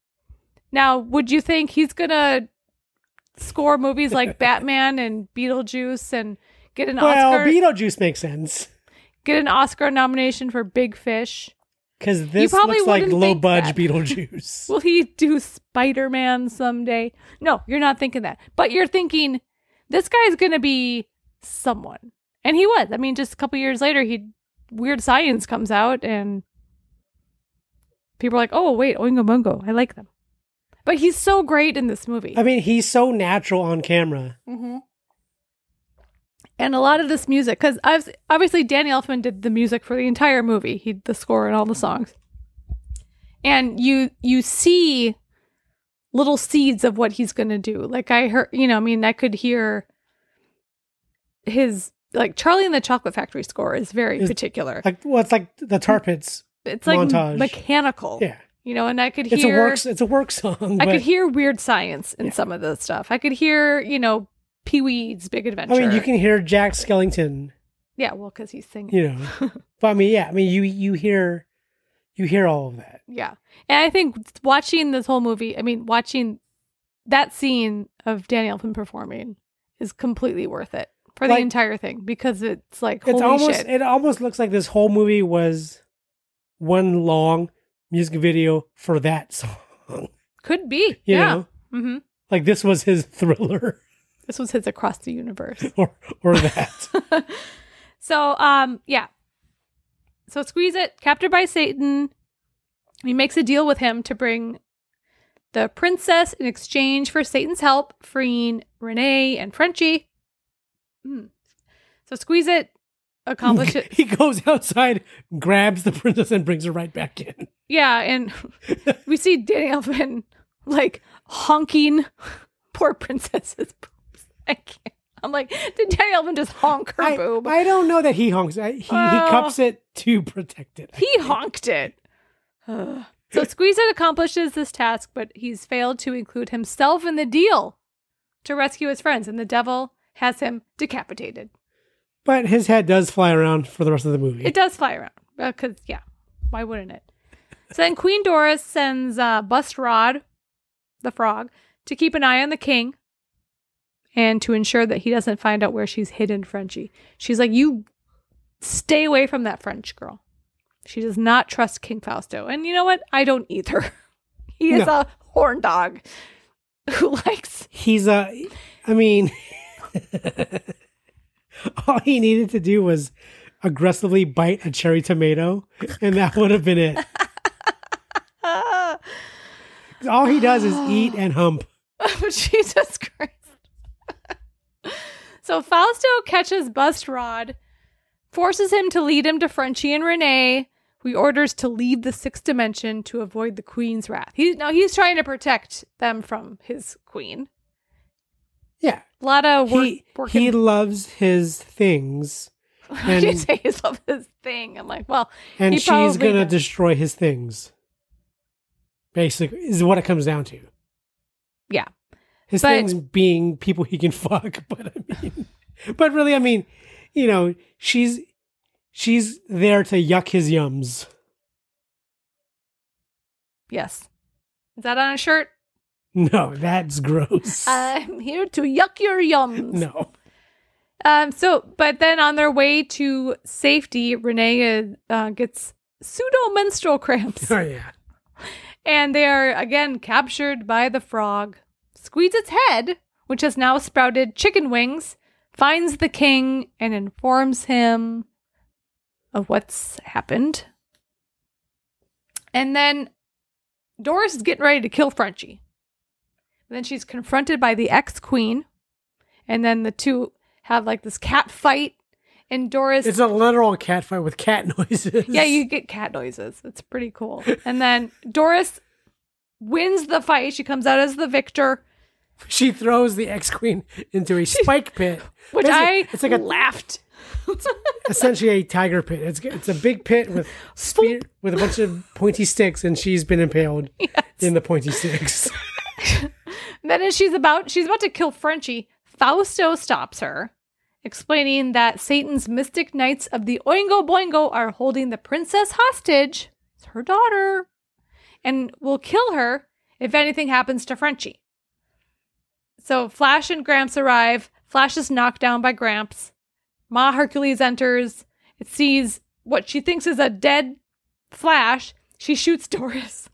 Now, would you think he's going to score movies like Batman and Beetlejuice and get an well, Oscar Beetlejuice makes sense get an Oscar nomination for Big Fish? because this probably looks like wouldn't low think budge that. Beetlejuice. Will he do Spider Man someday? No, you're not thinking that. But you're thinking this guy's going to be someone. And he was. I mean, just a couple years later, he Weird Science comes out and people are like, oh, wait, Oingo Boingo. I like them. But he's so great in this movie. I mean, he's so natural on camera. and a lot of this music because obviously danny elfman did the music for the entire movie he did the score and all the songs and you you see little seeds of what he's going to do like i heard you know i mean i could hear his like charlie and the chocolate factory score is very Is- particular Like, well, it's like the tar pits. it's like montage. mechanical Yeah, you know and i could hear it's a works. It's a work song. i but- could hear weird science in some of the stuff i could hear you know pee wee's big adventure I mean, you can hear Jack Skellington. yeah well because he's singing You know, but I mean, yeah. I mean, you you hear, you hear all of that. Yeah. And I think watching this whole movie, I mean, watching that scene of Danny Elfman performing is completely worth it for the Like- entire thing because it's like, holy it's almost shit. it almost looks like this whole movie was one long music video for that song. You Could be. yeah. know, hmm like this was his thriller This was his Across the Universe. or or that. so, um, yeah. So squeeze it, captured by Satan. He makes a deal with him to bring the princess in exchange for Satan's help, freeing Renee and Frenchie. Hmm. So squeeze it, accomplish it. he goes outside, grabs the princess, and brings her right back in. Yeah, and we see Danny Elfman like honking poor princesses. boobs. I can't. I'm like, did Danny Elfman just honk her I, boob? I don't know that he honks. I, he, Well- he cups it to protect it. he honked it. Ugh. so Squeeze It accomplishes this task, but he's failed to include himself in the deal to rescue his friends, and the devil has him decapitated. But his head does fly around for the rest of the movie. It does fly around because yeah, why wouldn't it? So then Queen Doris sends uh, Bust Rod, the frog, to keep an eye on the king, and to ensure that he doesn't find out where she's hidden Frenchie. She's like, you stay away from that French girl. She does not trust King Fausto, and you know what? I don't either. He is No. a horn dog who likes He's a. I mean, all he needed to do was aggressively bite a cherry tomato, and that would have been it. uh, all he does is eat and hump. Jesus Christ. so Fausto catches Bust Rod, forces him to lead him to Frenchie and Renee, who he orders to leave the sixth dimension to avoid the queen's wrath. He, now he's trying to protect them from his queen. Yeah, A lot of work, he working. he loves his things, I should and- say he's love his thing. I'm like, well, and he she's probably gonna does. destroy his things. Basically, is what it comes down to. yeah. His But- things being people he can fuck, but I mean, but really, I mean, you know, she's she's there to yuck his yums. Yes. Is that on a shirt? No, that's gross. I'm here to yuck your yums. no, Um, so, but then on their way to safety, Renee uh, gets pseudo menstrual cramps, oh yeah, and they are again captured by the frog. Squeeze its head, which has now sprouted chicken wings, finds the king and informs him of what's happened. And then Doris is getting ready to kill Frenchie. And then she's confronted by the ex queen. And then the two have like this cat fight. And Doris. it's a literal cat fight with cat noises. yeah, you get cat noises. It's pretty cool. And then Doris wins the fight. She comes out as the victor, She throws the ex queen into a spike pit, which Basically, I it's like a laughed. essentially a tiger pit. It's it's a big pit with spear, with a bunch of pointy sticks, and she's been impaled in the pointy sticks. Then as she's about she's about to kill Frenchie, Fausto stops her, explaining that Satan's mystic knights of the Oingo Boingo are holding the princess hostage. It's her daughter. And will kill her if anything happens to Frenchie. So Flash and Gramps arrive. Flash is knocked down by Gramps. Ma Hercules enters. It sees what she thinks is a dead Flash. She shoots Doris.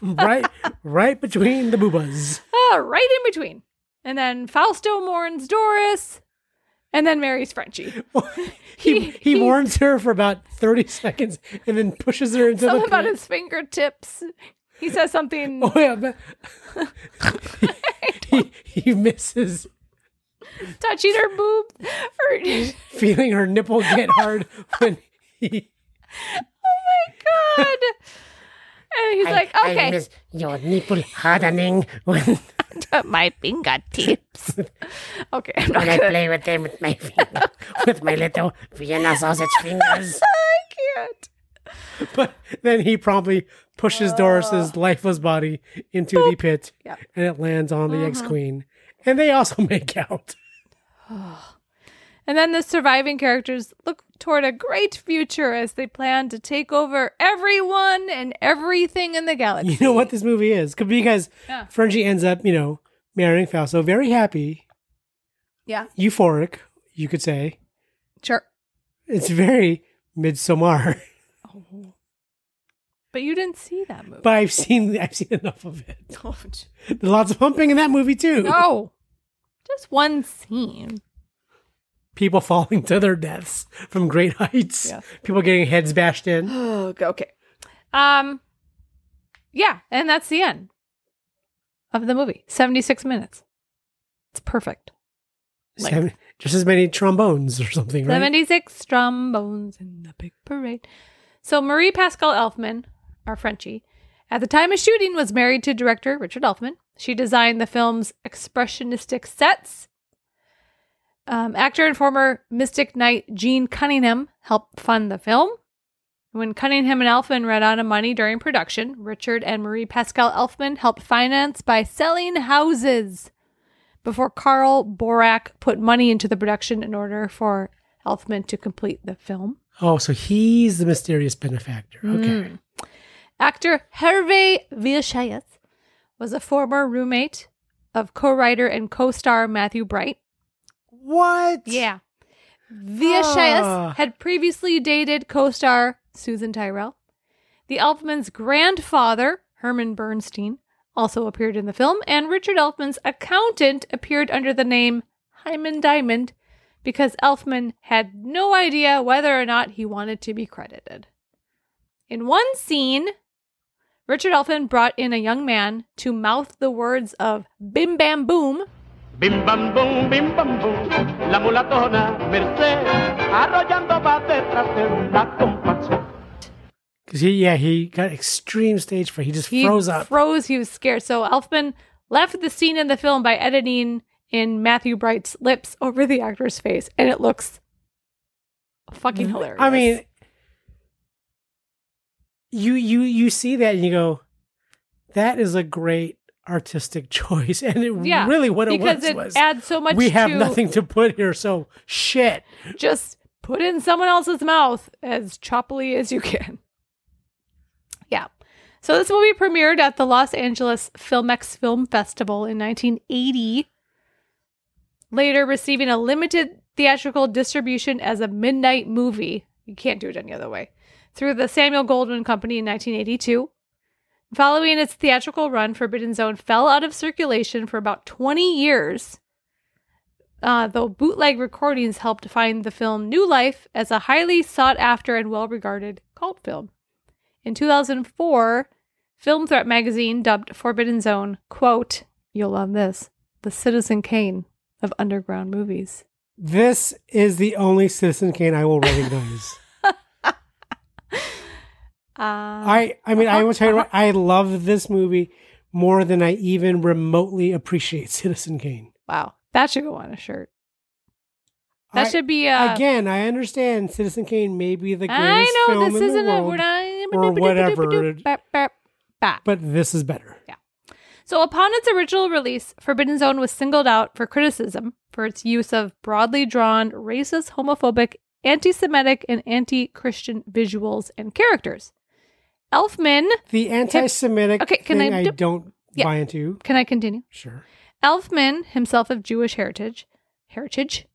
right, right between the boobas. Ah, right in between. And then Fausto mourns Doris, and then marries Frenchie. he, He- he, he- warns her for about 30 seconds and then pushes her into Something the about pit. his fingertips. He says something. oh yeah but- he, he misses touching her boob. Or, oh feeling her nipple get hard when he my god! And he's like, okay, your nipple hardening when, my fingertips okay, I'm not when I gonna. play with them with my finger, with my little Vienna sausage fingers. I can't. but then he promptly pushes Oh. Doris's lifeless body into the pit Yep. and it lands on Uh-huh. the ex-queen and they also make out And then the surviving characters look toward a great future as they plan to take over everyone and everything in the galaxy. you know what this movie is Could be because Yeah. Frenchie ends up you know marrying Fausto very happy Yeah, euphoric you could say sure. It's very Midsommar, But you didn't see that movie. but I've seen I've seen enough of it. Don't. There's lots of humping in that movie too. No. Just one scene. People falling to their deaths from great heights. Yes. People getting heads bashed in. Oh, okay. Um Yeah, and that's the end of the movie. 76 minutes. It's perfect. Like- Seven- just as many trombones or something, right? 76 trombones in the big parade. So Marie Pascal Elfman, our Frenchie, at the time of shooting was married to director Richard Elfman. She designed the film's expressionistic sets Um, actor and former Mystic Knight Gene Cunningham helped fund the film. When Cunningham and Elfman ran out of money during production, Richard and Marie Pascal Elfman helped finance by selling houses before Carl Borak put money into the production in order for Elfman to complete the film. Oh, so he's the mysterious benefactor. Okay. Mm. Actor Hervé Villachayas was a former roommate of co-writer and co-star Matthew Bright. What? Yeah. Villachayas Ah. had previously dated co-star Susan Tyrell. The Elfman's grandfather, Herman Bernstein, also appeared in the film, and Richard Elfman's accountant appeared under the name Hyman Diamond because Elfman had no idea whether or not he wanted to be credited. In one scene, Richard Elfman brought in a young man to mouth the words of Bim Bam Boom Bim bam bum, bim bam bum, la mulatona Merced, arrollando va detrás de la compasión. Because he, yeah, he got extreme stage fright. He just He froze up. Froze. He was scared. So Elfman left the scene in the film by editing in Matthew Bright's lips over the actor's face, and it looks fucking hilarious. Mm-hmm. I mean, you you you see that and you go, that is a great artistic choice, and it yeah, really what it because was it was adds so much. we have to nothing to put here, so shit. Just put in someone else's mouth as choppily as you can. Yeah. So this movie premiered at the Los Angeles Filmex Film Festival in 1980, later receiving a limited theatrical distribution as a midnight movie. You can't do it any other way. Through the Samuel Goldwyn Company in 1982. Following its theatrical run, Forbidden Zone fell out of circulation for about 20 years. Uh, though bootleg recordings helped find the film new life as a highly sought after and well regarded cult film. In 2004, Film Threat magazine dubbed Forbidden Zone, quote, you'll love this, the Citizen Kane of underground movies. This is the only Citizen Kane I will recognize. Uh, I I Uh-huh. mean I will tell you what, I love this movie more than I even remotely appreciate Citizen Kane. wow. That should go on a shirt. That I- should be uh, again. I understand Citizen Kane may be the greatest I know film this in the isn't a world, we're not- or whatever. Bap, bap, bap. but this is better. So, upon its original release, Forbidden Zone was singled out for criticism for its use of broadly drawn racist, homophobic, anti Semitic, and anti Christian visuals and characters. Elfman, The anti-Semitic Okay, can thing I I, do- don't Yeah. buy into. can I continue? Sure. Elfman, himself of Jewish heritage, heritage,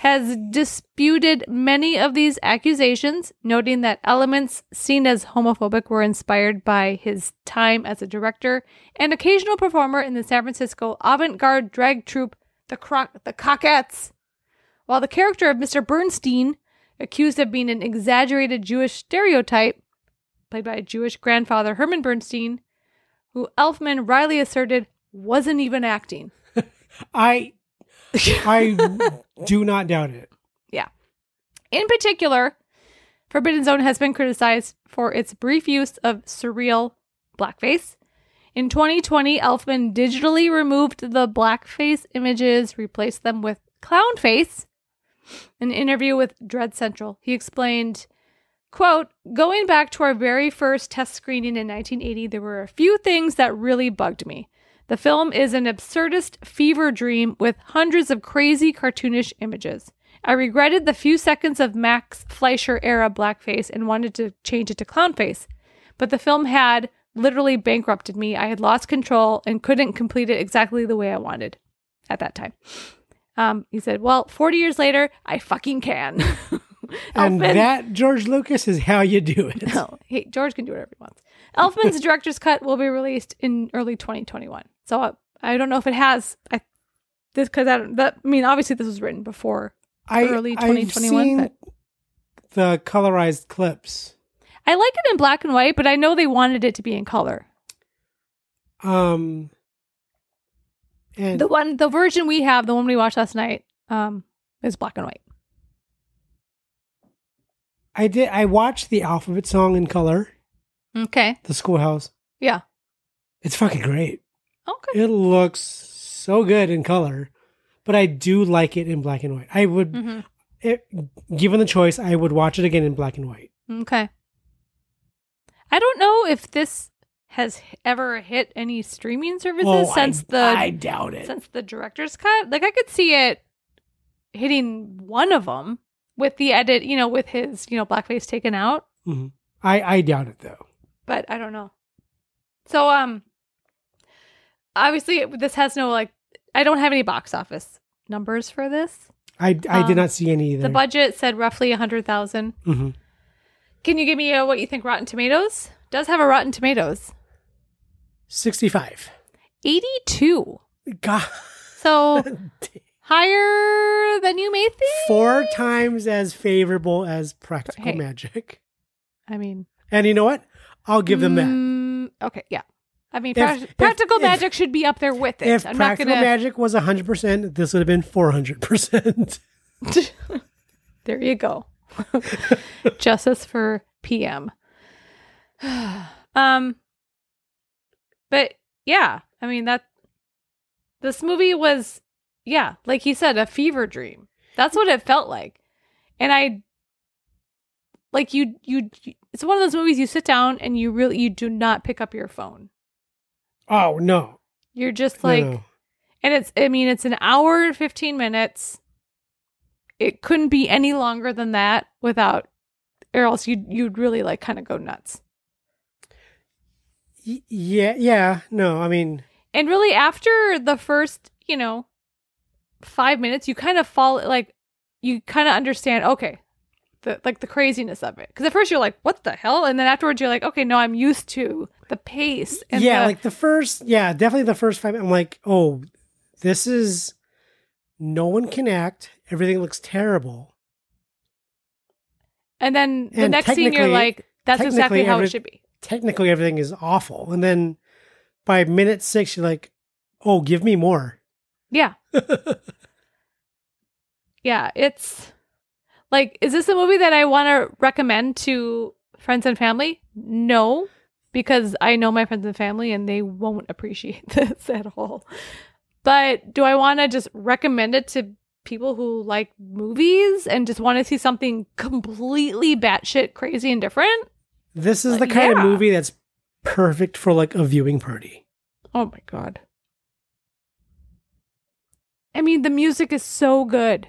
has disputed many of these accusations, noting that elements seen as homophobic were inspired by his time as a director and occasional performer in the San Francisco avant-garde drag troupe The Croc- The Cockettes. While the character of Mr. Bernstein, accused of being an exaggerated Jewish stereotype, played by Jewish grandfather Herman Bernstein, who Elfman wryly asserted wasn't even acting. I I do not doubt it. In particular, Forbidden Zone has been criticized for its brief use of surreal blackface. In 2020, Elfman digitally removed the blackface images, replaced them with clown face. In An interview with Dread Central, he explained, quote, going back to our very first test screening in 1980, there were a few things that really bugged me. The film is an absurdist fever dream with hundreds of crazy cartoonish images. I regretted the few seconds of Max Fleischer era blackface and wanted to change it to clownface. But the film had literally bankrupted me. I had lost control and couldn't complete it exactly the way I wanted at that time. Um, he said, Well, 40 years later, I fucking can. And Elfman- that George Lucas is how you do it. no, he, George can do whatever he wants. Elfman's director's cut will be released in early 2021. So I, I don't know if it has I, this because I don't. That, I mean, obviously this was written before. I, Early I've 2021, seen but- the colorized clips. I like it in black and white, but I know they wanted it to be in color. Um, and The one, the version we have, the one we watched last night, um, is black and white. I did. I watched the alphabet song in color. Okay. The schoolhouse. Yeah. It's fucking great. Okay. It looks so good in color. but I do like it in black and white. I would, Mm. Mm-hmm. it, given the choice, I would watch it again in black and white. Okay. I don't know if this has h- ever hit any streaming services Oh, I- since the I doubt it. since the director's cut. Like I could see it hitting one of them with the edit, you know, with his you know blackface taken out, I I doubt it though. but I don't know. So um, obviously it- this has no like I don't have any box office numbers for this. I I Um, did not see any either. The budget said roughly a hundred thousand. Mhm. Can you give me uh what you think Rotten Tomatoes does have a Rotten Tomatoes? 65. 82. God, So higher than you may think. four times as favorable as Practical Hey. Magic. I mean, And you know what? I'll give them that. mm, Okay, yeah. I mean, If- prac- if- practical if- magic should be up there with it. If I'm not Practical gonna. Magic was 100%, this would have been 400%. there you go. Justice for PM. um, but yeah, I mean that this movie was, yeah, like he said, a fever dream. That's what it felt like, and I like you. You, it's one of those movies you sit down and you really you do not pick up your phone. oh, no. You're just No, like. no. And it's, I mean, it's an hour and 15 minutes. It couldn't be any longer than that without, or else you'd, you'd really like kind of go nuts. Y- yeah, yeah. No, I mean, And really, after the first, you know, five minutes, you kind of fall, like, you kind of understand, okay, the, like the craziness of it. Because at first you're like, what the hell? And then afterwards you're like, okay, no, I'm used to the pace. And yeah, the- like the first, yeah, definitely the first five. I'm like, oh, this is no one can act. Everything looks terrible. and then the and next scene you're technically- like, that's exactly technically how every- it should be. Technically, everything is awful. And then by minute six, you're like, oh, give me more. Yeah. yeah, it's like is this a movie that I want to recommend to friends and family? No, because I know my friends and family and they won't appreciate this at all. But do I want to just recommend it to people who like movies and just want to see something completely batshit crazy and different? This is Uh, the kind yeah. of movie that's perfect for like a viewing party. Oh my god. I mean, the music is so good.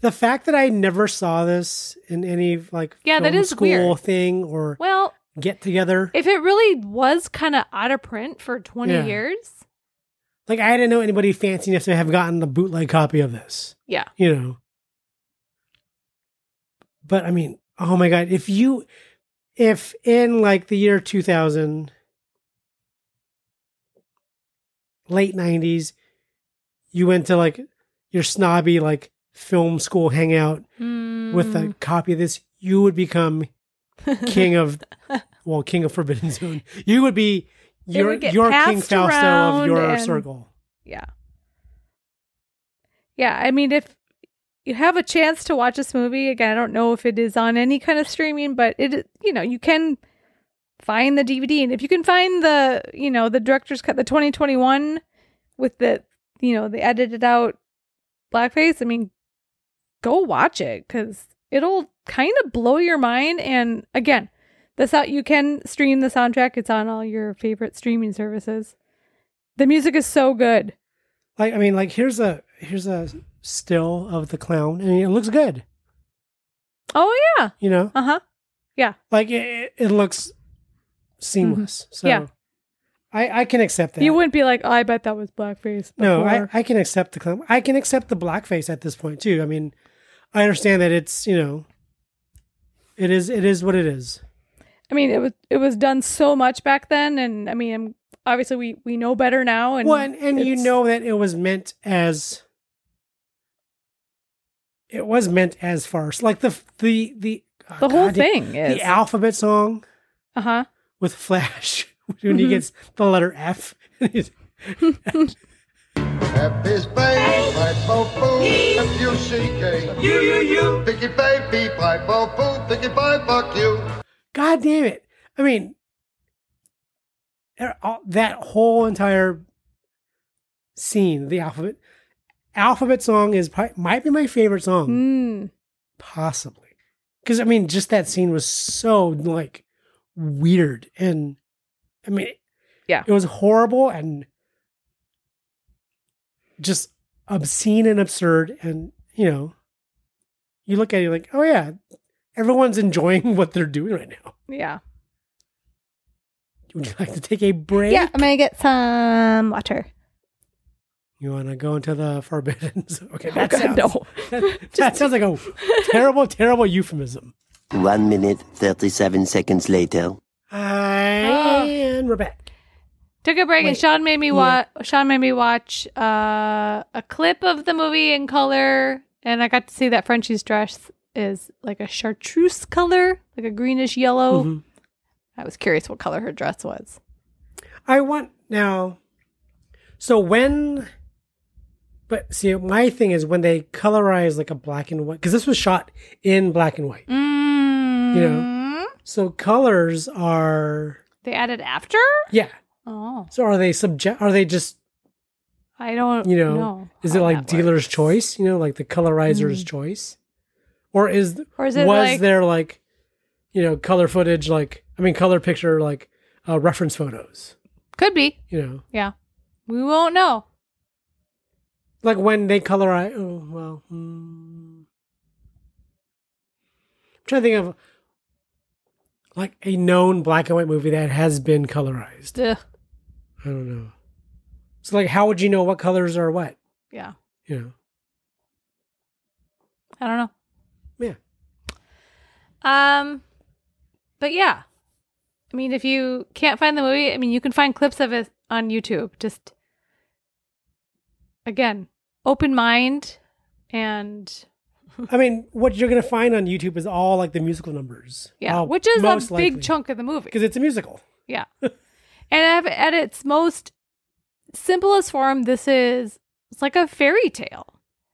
The fact that I never saw this in any like Yeah, that film is school weird. thing or Well, get together. if it really was kind of out of print for 20 Yeah. years Like I didn't know anybody fancy enough to have gotten a bootleg copy of this. yeah you know. But I mean, oh my god, if you if in like the year 2000 late 90s you went to like your snobby like film school hangout with a Mm. copy of this, you would become king of well, king of Forbidden Zone. You would be It your would get your King passed Fausto around of your and- circle. yeah yeah i mean if you have a chance to watch this movie again i don't know if it is on any kind of streaming but it you know you can find the dvd and if you can find the you know the director's cut the 2021 with the you know the edited out blackface i mean go watch it because it'll kind of blow your mind and again the out you can stream the soundtrack it's on all your favorite streaming services the music is so good Like I mean, like here's a here's a still of the clown, and it looks good. oh yeah You know, uh-huh like it, it it looks seamless. So Mm-hmm. Yeah. I I can accept that. you wouldn't be like oh, i bet that was blackface no, I, before." I can accept the clown. I can accept the blackface at this point too. I mean, I understand that it's you know, it is it is what it is. I mean it was it was done so much back then and i mean I'm, obviously we we know better now and well, and, and you it's- know that it was meant as it was meant as farce. Like the the the oh, the whole God, thing the, is the alphabet song. uh-huh with Flash when he Mhm. gets the letter F. He's- Happy space, bright bo boo, F-U-C-K. You, you, you. Picky baby, bright bo boo, picky bye, fuck you. God damn it! I mean, er- all- that whole entire scene, the alphabet, Alphabet Song is pi- might be my favorite song, Mm. possibly. Because I mean, just that scene was so like weird, and I mean, Yeah. it was horrible and just obscene and absurd. And you know, you look at it you're like, oh yeah, everyone's enjoying what they're doing right now. Yeah. Would you like to take a break? Yeah, I'm gonna get some water. You want to go into the forbidden? zone? okay, Oh, that God, sounds, no. that, that sounds like a terrible, terrible euphemism. One minute, 37 seconds later. Ah. And we're back. Took a break, and Wait. Sean made me watch. Sean made me watch uh, a clip of the movie in color, and I got to see that Frenchie's dress is like a chartreuse color, like a greenish yellow. Mhm. I was curious what color her dress was. I want now. So when, but see, my thing is when they colorize like a black and white, because this was shot in black and white. Mm-hmm. Mm. So colors are, They added after. yeah. Oh, So are they subject? Are they just I don't. you know? Is it how like that dealer's works. choice? You know, like the colorizer's choice, or is Mm. Or is it was like- there like, you know, color footage? Like I mean, color picture like uh, reference photos. Could be. You know, Yeah, we won't know. like when they colorize. Oh well, hmm. I'm trying to think of like a known black and white movie that has been colorized. Ugh. I don't know. So like, how would you know what colors are what? Yeah, You know, I don't know. yeah. Um, but yeah, I mean, if you can't find the movie, I mean, you can find clips of it on YouTube. Just again, open mind, and I mean, what you're gonna find on YouTube is all like the musical numbers. yeah, Uh, which is a most big likely. chunk of the movie. because it's a musical. Yeah, and at, at its most simplest form, this is it's like a fairy tale.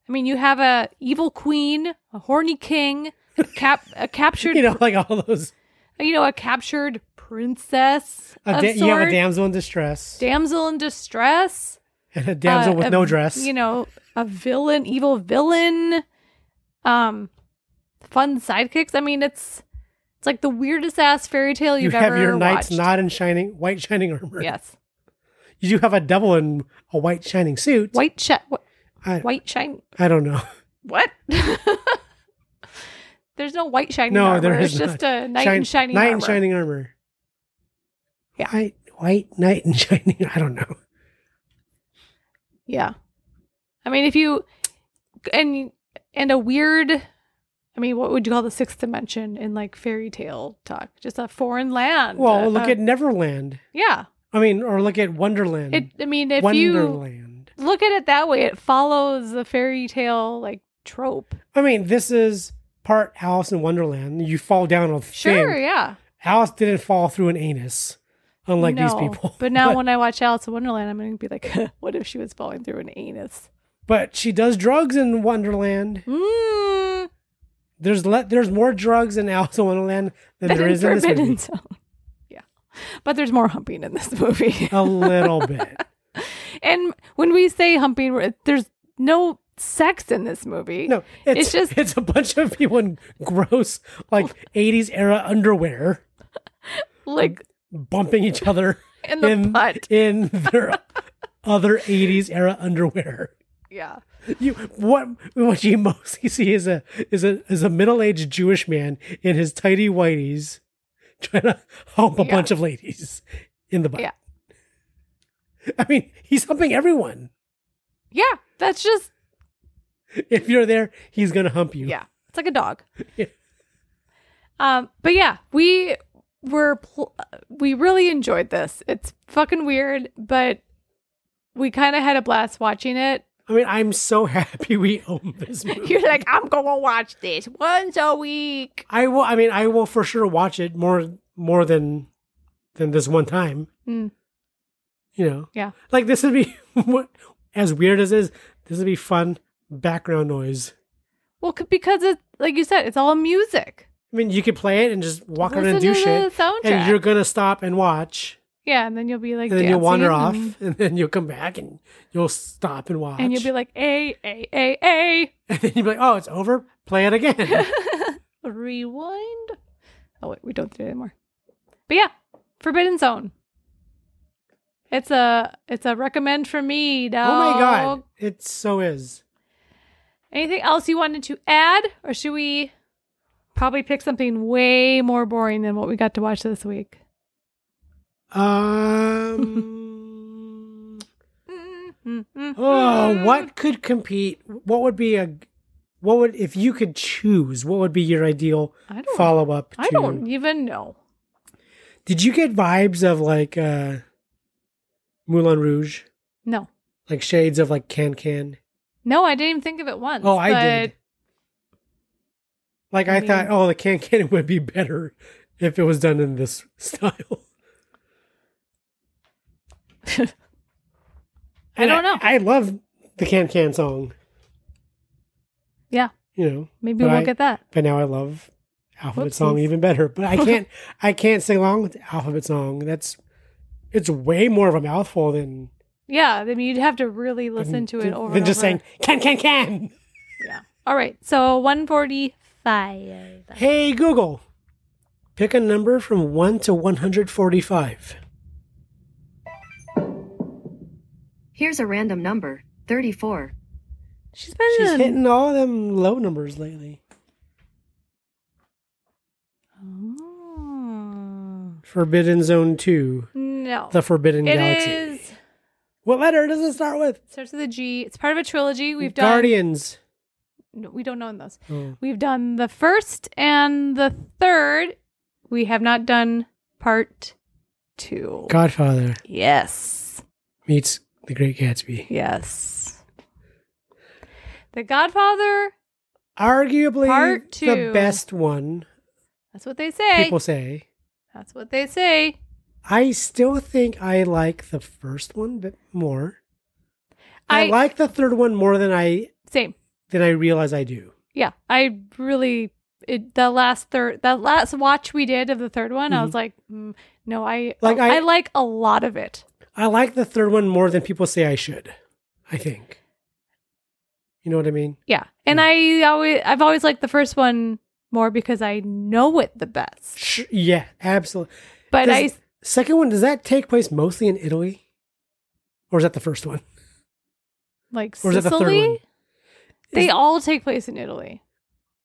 I mean, you have a evil queen, a horny king, a cap, a captured, You know, like all those. you know, a captured princess. A of da- you have a sorts. damsel in distress damsel in distress, and a damsel uh, with a- no dress. You know, a villain, evil villain, um, fun sidekicks. I mean, it's it's like the weirdest ass fairy tale you you've have ever your knights watched. not in shining white shining armor. yes, You do have a devil in a white shining suit. white shi- wh- I, white shine. I don't know. What? There's no white shining no, armor. there is it's just not. a knight Shine- in shining knight armor. in shining armor. Yeah. White, white knight in shining. I don't know. Yeah. I mean, if you and and a weird, I mean, what would you call the sixth dimension in like fairy tale talk? Just a foreign land. Uh, Well, look uh, at Neverland. yeah. I mean, or look at Wonderland. It. I mean, if you Wonderland. look at it that way, it follows the fairy tale like trope. I mean, this is part Alice in Wonderland. You fall down a Sure. thing. Yeah. Alice didn't fall through an anus, unlike these No. people. But now, when I watch Alice in Wonderland, I'm going to be like, what if she was falling through an anus? but she does drugs in Wonderland. Mm, There's le- there's more drugs in Alice in Wonderland than that there is is in this forbidden movie. zone. Yeah. But there's more humping in this movie. A little bit. And when we say humping, we're- there's no sex in this movie. No, it's, It's just- it's a bunch of people in gross like '80s era underwear like bumping each other in the in butt. in their other '80s era underwear. Yeah, You what what you mostly see is a is a is a middle aged Jewish man in his tidy whities trying to hump a Yeah. bunch of ladies in the butt. Yeah. I mean, he's humping everyone. yeah. That's just If you're there, he's gonna hump you. yeah. It's like a dog. Yeah. Um, but yeah, we were pl- we really enjoyed this. It's fucking weird, but we kind of had a blast watching it. I mean, I'm so happy we own this movie. You're like, I'm gonna watch this once a week. I will. I mean, I will for sure watch it more more than than this one time. Mm. You know, Yeah. like this would be as weird as it is. This would be fun background noise. Well, c- because it, like you said, it's all music. I mean, you could play it and just walk around and Listen do to shit, the soundtrack. and you're gonna stop and watch. Yeah, and then you'll be like, and then you'll wander off, dancing and then you'll come back, and you'll stop and watch. and, and you'll be like, a a a a and then you'll be like, "Oh, it's over. Play it again." Oh rewind. Oh wait, we don't do it anymore. But yeah, Forbidden Zone. It's a it's a recommend from me. Dog. oh my god, it so is. Anything else you wanted to add, or should we probably pick something way more boring than what we got to watch this week? Um. Mm-hmm. oh, what could compete? What would be a? What would if you could choose? What would be your ideal I don't. follow up? I don't even know. Did you get vibes of like uh Moulin Rouge, No, like shades of like Can Can? no, I didn't even think of it once. Oh, I but did. Like I, I thought, mean- oh, the Can Can would be better if it was done in this style. I And don't know. I, love the Can Can song. Yeah. you know, Maybe but we'll I- get that. But now I love Alphabet Song Whoopsies. even better. But I can't I can't sing along with Alphabet Song. That's it's way more of a mouthful than Yeah, I mean, you'd have to really listen to it than, over than and just over. saying can can can. Yeah. All right. So 145. Hey Google, pick a number from one to one hundred forty-five. Here's a random number 34. She's been She's in- hitting all them low numbers lately. Oh. Forbidden Zone Two, No. the Forbidden It Galaxy. is- What letter does it start with? starts with a G. It's part of a trilogy. We've done Guardians. No, we don't know those. Oh. We've done the first and the third. We have not done part 2. Godfather Yes. meets The Great Gatsby. Yes. The Godfather, Arguably Part the two. best one, that's what they say. people say. That's what they say. I still think I like the first one bit more. I, I- like the third one more than I Same. than I realize I do. Yeah, I really it, the last third that last watch we did of the third one, I was like, mm, no, I Mm-hmm. Like, like I- I, like a lot of it. I like the third one more than people say I should. I think. You know what I mean? Yeah, and Mm. I always I've always liked the first one more because I know it the best. Sh- Yeah, absolutely. But I Does- second one does that take place mostly in Italy, or is that the first one? like Or is it the third one? Sicily. They Is- all take place in Italy.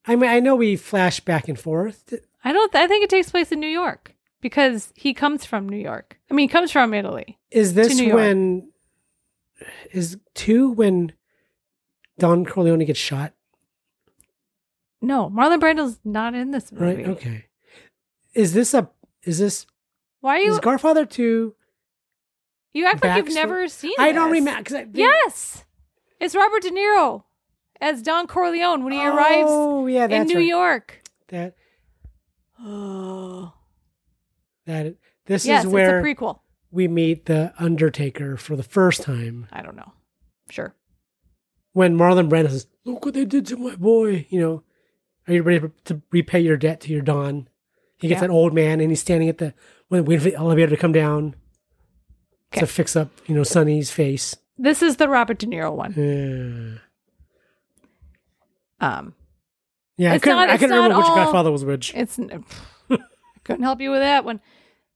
I mean, I know we flash back and forth. I don't. I think it takes place in New York because he comes from New York. I mean, he comes from Italy. Is this New York. when? Is two when Don Corleone gets shot? No, Marlon Brando's not in this Right. movie. Okay. Is this a? Is this? Why are you? Is Godfather two? you act like backsto- you've never seen. I don't this. remember. 'cause I think- Yes, it's Robert De Niro as Don Corleone when he arrives Oh yeah, in that's New right. York. That Oh, that this yes, is it's where a prequel. we meet the Undertaker for the first time I don't know. Sure. when Marlon Brando says, "Look what they did to my boy." You know, are you ready to repay your debt to your Don? He gets Yeah. an old man and he's standing at the wait- waiting for the elevator to come down to Okay. fix up, you know, Sonny's face. This is the Robert De Niro one. Yeah. Um, Yeah, I It's couldn't, not- I it's couldn't not remember which all- Godfather was which. it's n- I couldn't help you with that one.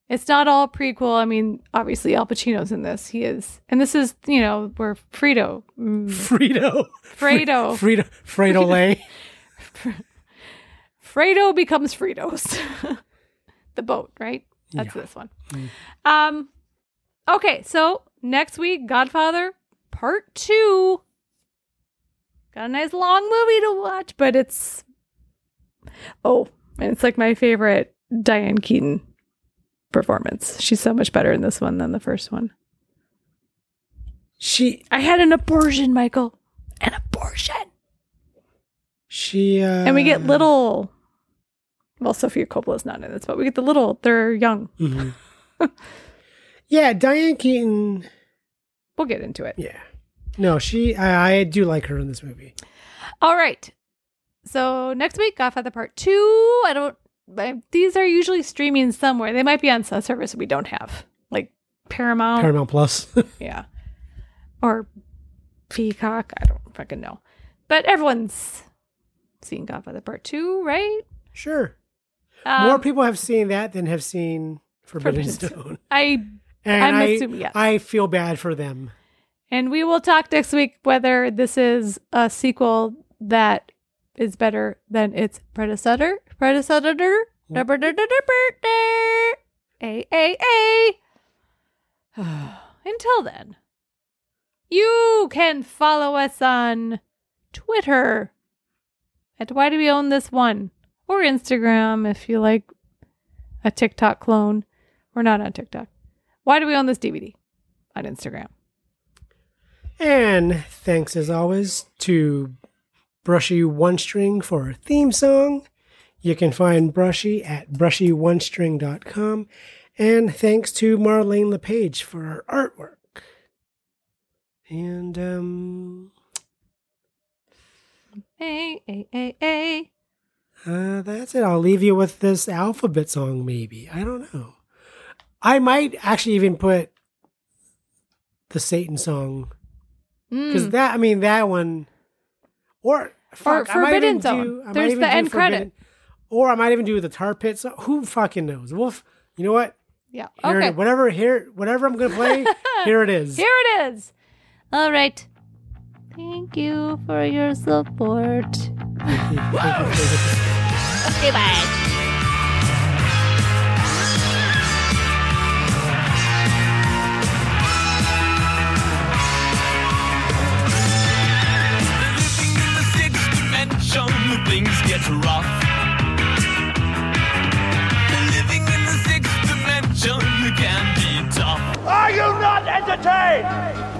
It's not all prequel. I mean, obviously Al Pacino's in this. He is, and this is you know where Frito, mm, Frito. Fredo. Frito. Fredo Lay. Fredo becomes Fritos. the boat, right? That's Yeah. this one. Um okay, so next week Godfather Part 2. Got a nice long movie to watch, but it's Oh, and it's like my favorite Diane Keaton performance. She's so much better in this one than the first one. She I had an abortion, Michael. An abortion. she uh and we get little well, Sophia Coppola's not in this, but we get the little, they're young. Mhm. yeah, Diane Keaton. We'll get into it. Yeah. No, she I, I do like her in this movie. All right. So next week, Godfather Part Two. I don't. I, these are usually streaming somewhere. They might be on some service we don't have, like Paramount. Paramount Plus. Yeah. Or Peacock. I don't fucking know. But everyone's seen Godfather Part 2, right? sure. Um, More people have seen that than have seen Forbidden, Forbidden Stone. I And I'm I, assuming, yes. I feel bad for them. And we will talk next week whether this is a sequel that is better than its predecessor. Predecessor. eh, A a a. Until then, you can follow us on Twitter at Why Do We Own This One or Instagram if you like a TikTok clone. We're not on TikTok. Why do we own this DVD on Instagram? And thanks as always to Brushy One String for our theme song. You can find Brushy at brushyonestring.com. And thanks to Marlene LePage for our artwork. And um, A A A A. uh, that's it. I'll leave you with this alphabet song, maybe. I don't know. I might actually even put the Satan song because Mm. that I mean that one, or fuck, I might Forbidden even Zone. do- I might There's even the do end credit. Forbidden- or I might even do the tar pit. So who fucking knows? Wolf, you know what? Yeah. Here okay. it, whatever here, whatever I'm gonna play, here it is. Here it is. All right. Thank you for your support. Living in the sixth dimension, things get rough. Living in the sixth dimension can be tough. Are you not entertained?